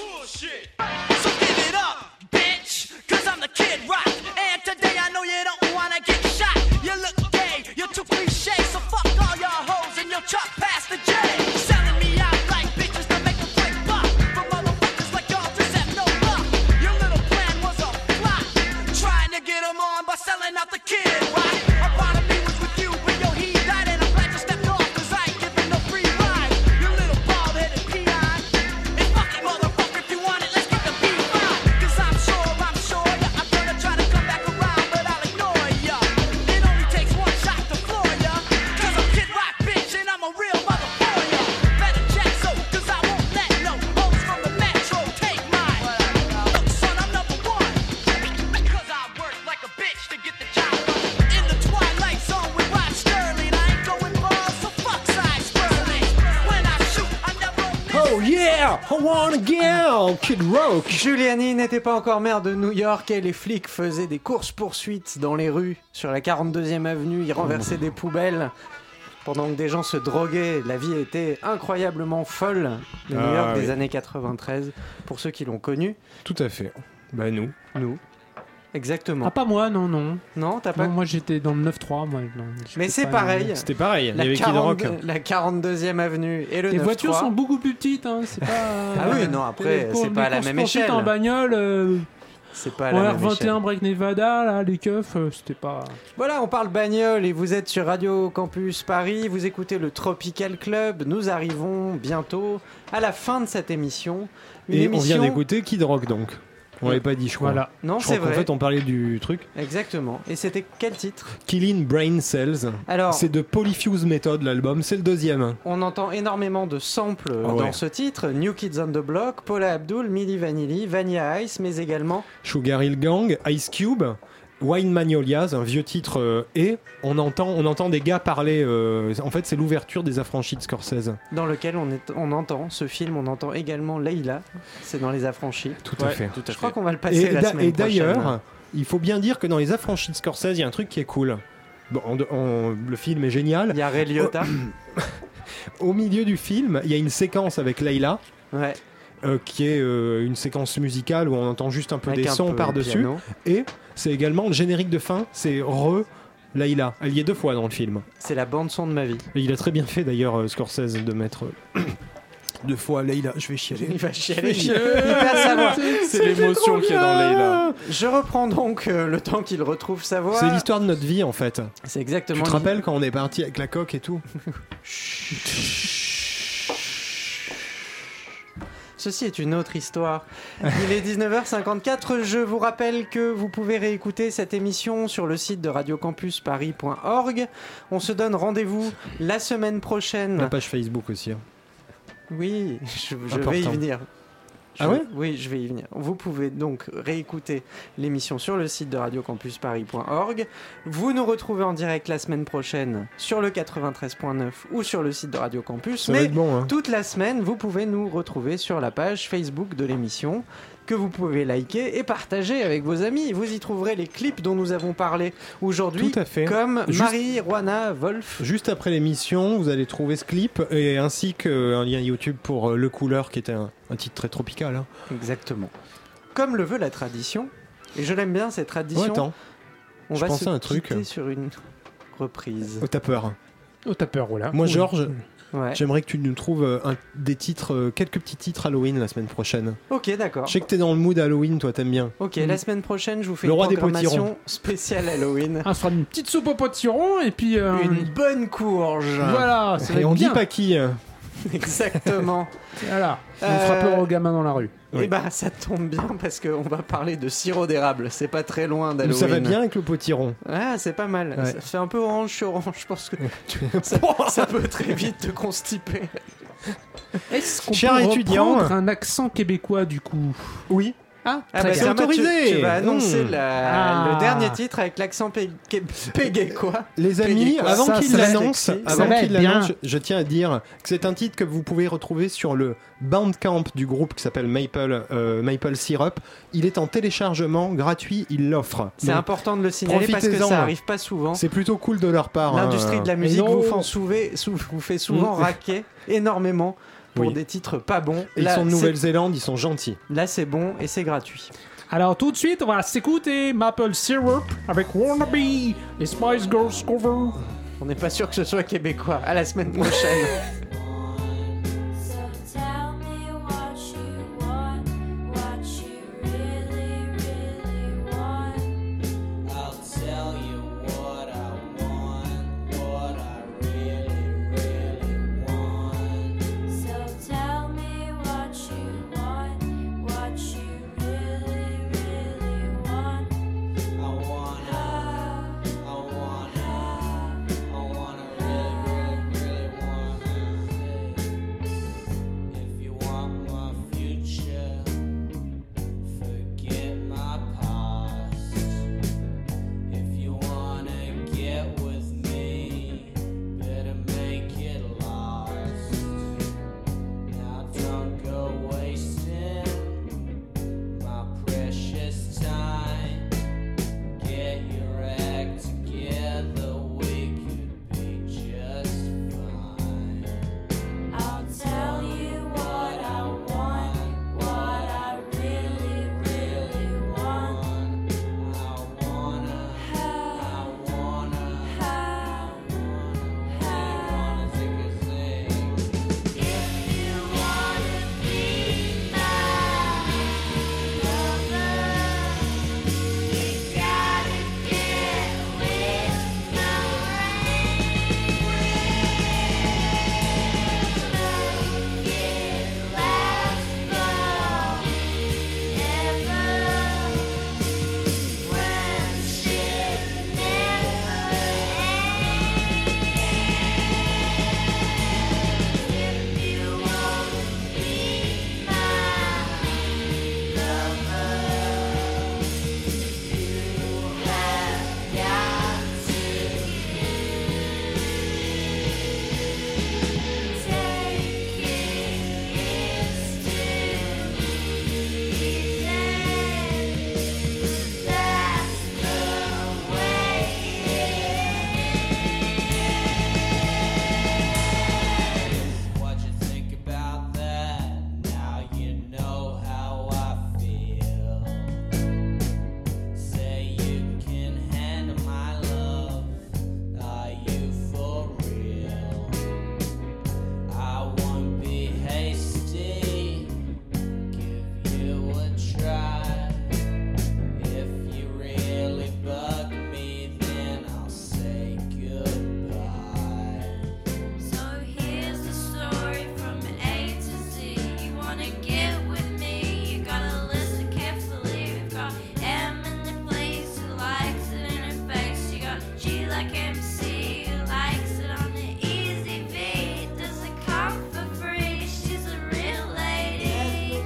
Speaker 8: So give it up, bitch, cause I'm the kid rock. And today I know you don't wanna get shot. You look gay, you're too cliche, so fuck all your hoes and your chop past the J. Selling me out like bitches to make a quick buck. But motherfuckers like y'all just have no luck. Your little plan was a plot. Trying to get 'em on by selling out the kid rock. A part of me was with you when your he died, and I'm glad you stepped off, cause I ain't giving no free ride. Your little bald headed peon. And fuck it, motherfucker, if you want it, let's get the beat right. Cause I'm sure, I'm sure, ya. I'm gonna try to come back around, but I'll ignore ya. It only takes one shot to floor ya. Cause I'm Kid Rock, bitch, and I'm a real motherfucker. ya. Better check so, cause I won't let no hoes from the metro take mine. Look, son, I'm number one. Cause I work like a bitch to get the job done. In the twilight zone with Rod Sterling, I ain't going balls, so fuck side Sterling. When I shoot, I never
Speaker 2: Oh yeah! I wanna go! Kid Rock!
Speaker 4: Giuliani n'était pas encore maire de New York et les flics faisaient des courses-poursuites dans les rues. Sur la 42e avenue, ils renversaient des poubelles. Pendant que des gens se droguaient, la vie était incroyablement folle de New
Speaker 2: Ah,
Speaker 4: York
Speaker 2: oui.
Speaker 4: des années 93. Pour ceux qui l'ont connu,
Speaker 2: Tout à fait. Bah nous.
Speaker 4: nous. Exactement.
Speaker 5: Ah, pas moi, non, non.
Speaker 4: Non, t'as pas.
Speaker 5: Non, moi, j'étais dans le 9-3. Moi, non, j'étais
Speaker 4: Mais c'est
Speaker 5: pas-
Speaker 4: pareil.
Speaker 2: C'était pareil, il y
Speaker 4: La,
Speaker 2: avait Kid
Speaker 4: 42
Speaker 2: Rock.
Speaker 4: la 42e avenue et le
Speaker 5: Les
Speaker 4: 9-3.
Speaker 5: voitures sont beaucoup plus petites, hein, c'est pas.
Speaker 4: Ah oui, non, après,
Speaker 5: Les-
Speaker 4: c'est
Speaker 5: les
Speaker 4: pas à la
Speaker 5: courses
Speaker 4: même
Speaker 5: poursuites
Speaker 4: échelle.
Speaker 5: en bagnole, euh,
Speaker 4: C'est pas à
Speaker 5: en
Speaker 4: la même
Speaker 5: R21
Speaker 4: échelle.
Speaker 5: Break Nevada, là, les keufs, euh, c'était pas.
Speaker 4: Voilà, on parle bagnole et vous êtes sur Radio Campus Paris, vous écoutez le Tropical Club, nous arrivons bientôt à la fin de cette émission. Une
Speaker 2: Et on
Speaker 4: émission
Speaker 2: vient d'écouter Kid Rock donc. On l'avait pas dit, je crois.
Speaker 5: Voilà.
Speaker 4: Non,
Speaker 2: Je crois
Speaker 4: c'est
Speaker 2: qu'en
Speaker 4: vrai.
Speaker 2: fait, on parlait du truc.
Speaker 4: Exactement. Et c'était quel titre
Speaker 2: Killing Brain Cells.
Speaker 4: Alors,
Speaker 2: C'est de Polyfuse Method, l'album. C'est le deuxième.
Speaker 4: on entend énormément de samples euh,
Speaker 2: Ah ouais.
Speaker 4: dans ce titre. New Kids on the Block, Paula Abdul, Milli Vanilli, Vanilla Ice, mais également
Speaker 2: Sugar Hill Gang, Ice Cube, Wine Magnolias, un vieux titre. euh, et on entend, on entend des gars parler. euh, en fait, c'est l'ouverture des affranchis de Scorsese.
Speaker 4: dans lequel on, est, on entend ce film, on entend également Leila. C'est dans Les Affranchis.
Speaker 2: Tout
Speaker 11: Ouais, Tout à
Speaker 4: Je crois
Speaker 11: fait.
Speaker 4: qu'on va le
Speaker 2: Et,
Speaker 4: passer
Speaker 2: et
Speaker 4: la
Speaker 2: d'a-
Speaker 4: semaine
Speaker 2: et
Speaker 4: prochaine.
Speaker 2: d'ailleurs, il faut bien dire que dans les affranchis de Scorsese, il y a un truc qui est cool. Bon, on- on- le film est génial.
Speaker 4: il y a Ray Liotta.
Speaker 2: Au milieu du film, il y a une séquence avec Layla.
Speaker 4: ouais,
Speaker 2: euh, qui est euh, une séquence musicale où on entend juste un peu
Speaker 4: avec
Speaker 2: des
Speaker 4: un
Speaker 2: sons
Speaker 4: peu
Speaker 2: par-dessus.
Speaker 4: piano.
Speaker 2: Et c'est également le générique de fin, c'est re Laila. Elle y est deux fois dans le film.
Speaker 4: C'est la bande son de ma vie.
Speaker 2: Et il a très bien fait d'ailleurs euh, Scorsese de mettre euh, deux fois Laila. Je vais chialer.
Speaker 4: Il va chialer.
Speaker 2: chier.
Speaker 4: Il va savoir.
Speaker 11: C'est l'émotion qui est dans Leila.
Speaker 4: Je reprends donc euh, le temps qu'il retrouve sa voix.
Speaker 2: C'est l'histoire de notre vie en fait.
Speaker 4: C'est exactement.
Speaker 2: Tu te
Speaker 4: l'hi-
Speaker 2: rappelles quand on est parti avec la coque et tout
Speaker 4: Ceci est une autre histoire. Il est 19h54. Je vous rappelle que vous pouvez réécouter cette émission sur le site de radiocampusparis.org. On se donne rendez-vous la semaine
Speaker 2: La
Speaker 4: prochaine.
Speaker 2: page Facebook aussi. hein.
Speaker 4: Oui, je, je
Speaker 2: Important.
Speaker 4: vais y venir. Je-
Speaker 2: Ah ouais
Speaker 4: Oui, je vais y venir. Vous pouvez donc réécouter l'émission sur le site de radiocampusparis.org. Vous nous retrouvez en direct la semaine prochaine sur le 93.9 ou sur le site de Radio Campus.
Speaker 2: Ça va
Speaker 4: Mais
Speaker 2: être bon. hein.
Speaker 4: toute la semaine, vous pouvez nous retrouver sur la page Facebook de l'émission que vous pouvez liker et partager avec vos amis. Vous y trouverez les clips dont nous avons parlé aujourd'hui,
Speaker 2: Tout à fait.
Speaker 4: comme
Speaker 2: Juste-
Speaker 4: Marie, Juana, Wolf.
Speaker 2: Juste après l'émission, vous allez trouver ce clip et ainsi qu'un lien YouTube pour euh, Le Couleur qui était un, un titre très tropical. hein.
Speaker 4: Exactement. Comme le veut la tradition, et je l'aime bien cette
Speaker 2: Ouais,
Speaker 4: tradition,
Speaker 2: attends,
Speaker 4: on
Speaker 2: je
Speaker 4: va
Speaker 2: pensais
Speaker 4: se
Speaker 2: à un truc.
Speaker 4: quitter sur une reprise.
Speaker 2: oh, t'as peur.
Speaker 5: Au tapeur, voilà.
Speaker 2: Moi,
Speaker 5: Oui.
Speaker 2: Georges,
Speaker 4: Ouais.
Speaker 2: j'aimerais que tu nous trouves euh, un- des titres, euh, quelques petits titres Halloween la semaine prochaine.
Speaker 4: Ok, d'accord.
Speaker 2: Je sais que t'es dans le mood Halloween, toi, t'aimes bien.
Speaker 4: Ok, la semaine prochaine, je vous fais
Speaker 2: Le
Speaker 4: une
Speaker 2: roi des
Speaker 4: programmation spéciale Halloween.
Speaker 5: Ah, on se fera une petite soupe au potiron et puis. euh,
Speaker 4: Une bonne courge.
Speaker 5: Voilà, ça va
Speaker 2: Et
Speaker 5: être
Speaker 2: on
Speaker 5: bien.
Speaker 2: dit pas qui. euh.
Speaker 4: Exactement.
Speaker 5: Voilà. On
Speaker 4: Euh,
Speaker 5: fera peur aux gamins dans la rue.
Speaker 2: Oui.
Speaker 4: Et bah ça tombe bien parce qu'on va parler de sirop d'érable. C'est pas très loin
Speaker 2: Nous,
Speaker 4: d'Halloween.
Speaker 2: ça va bien avec le potiron.
Speaker 4: Ah, c'est pas mal.
Speaker 2: Ouais.
Speaker 4: Ça fait un peu orange sur orange. Je pense que tu- ça, ça peut très vite te constiper.
Speaker 5: Est-ce qu'on
Speaker 2: Cher
Speaker 5: peut
Speaker 2: étudiant.
Speaker 5: reprendre un accent québécois du coup
Speaker 2: Oui.
Speaker 5: Ah,
Speaker 4: Ah
Speaker 5: très bien.
Speaker 4: bah,
Speaker 2: c'est
Speaker 4: Thomas, tu-
Speaker 2: autorisé.
Speaker 4: Tu, vas annoncer
Speaker 2: Mmh.
Speaker 4: la-
Speaker 5: Ah.
Speaker 4: le dernier titre avec l'accent pé- qué- péguécois.
Speaker 2: Les amis,
Speaker 4: Péguécois.
Speaker 2: avant
Speaker 5: Ça,
Speaker 2: qu'il
Speaker 5: ça va
Speaker 2: l'annonce,
Speaker 4: être sexy.
Speaker 5: Ça
Speaker 2: avant
Speaker 5: va
Speaker 2: qu'il
Speaker 5: être bien.
Speaker 2: l'annonce, je, je tiens à dire que c'est un titre que vous pouvez retrouver sur le Bandcamp du groupe qui s'appelle Maple, euh, Maple Syrup. Il est en téléchargement gratuit, ils l'offrent.
Speaker 4: C'est
Speaker 2: Donc,
Speaker 4: important de le signaler parce que
Speaker 2: profitez-en.
Speaker 4: ça arrive pas souvent.
Speaker 2: C'est plutôt cool de leur part. hein.
Speaker 4: L'industrie de la musique
Speaker 5: Et non.
Speaker 4: vous, font souver- sou- vous fait souvent
Speaker 2: Mmh.
Speaker 4: raquer énormément pour
Speaker 2: Oui.
Speaker 4: des titres pas bons.
Speaker 2: Et Ils
Speaker 4: Là,
Speaker 2: sont de
Speaker 4: c'est-
Speaker 2: Nouvelle-Zélande, ils sont gentils.
Speaker 4: Là, c'est bon et c'est gratuit.
Speaker 5: Alors tout de suite, on va s'écouter Maple Syrup avec Wannabe, les Spice Girls cover.
Speaker 4: On n'est pas sûr que ce soit québécois. À la semaine prochaine.
Speaker 6: So tell me what you want, what you really, really want.
Speaker 12: I'll tell you what I want, what I really, really want.
Speaker 6: So tell me what you want, what you really, really want.
Speaker 12: I wanna, I wanna, I wanna really, really, really want.
Speaker 6: like MC likes it on the easy V. Doesn't come for free. She's a real lady.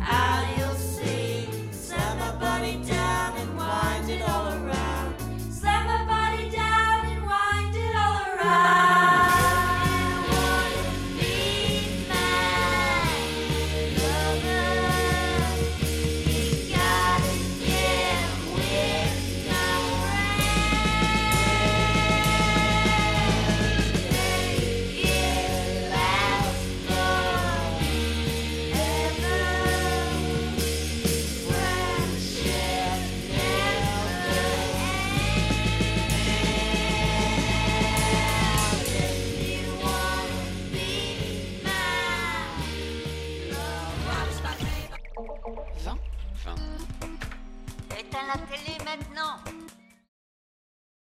Speaker 6: Out you'll see. Slam my body down and wind it all around. Slam my body down and wind it all around. I wanna be my lover. You gotta get with my
Speaker 9: Éteins la télé maintenant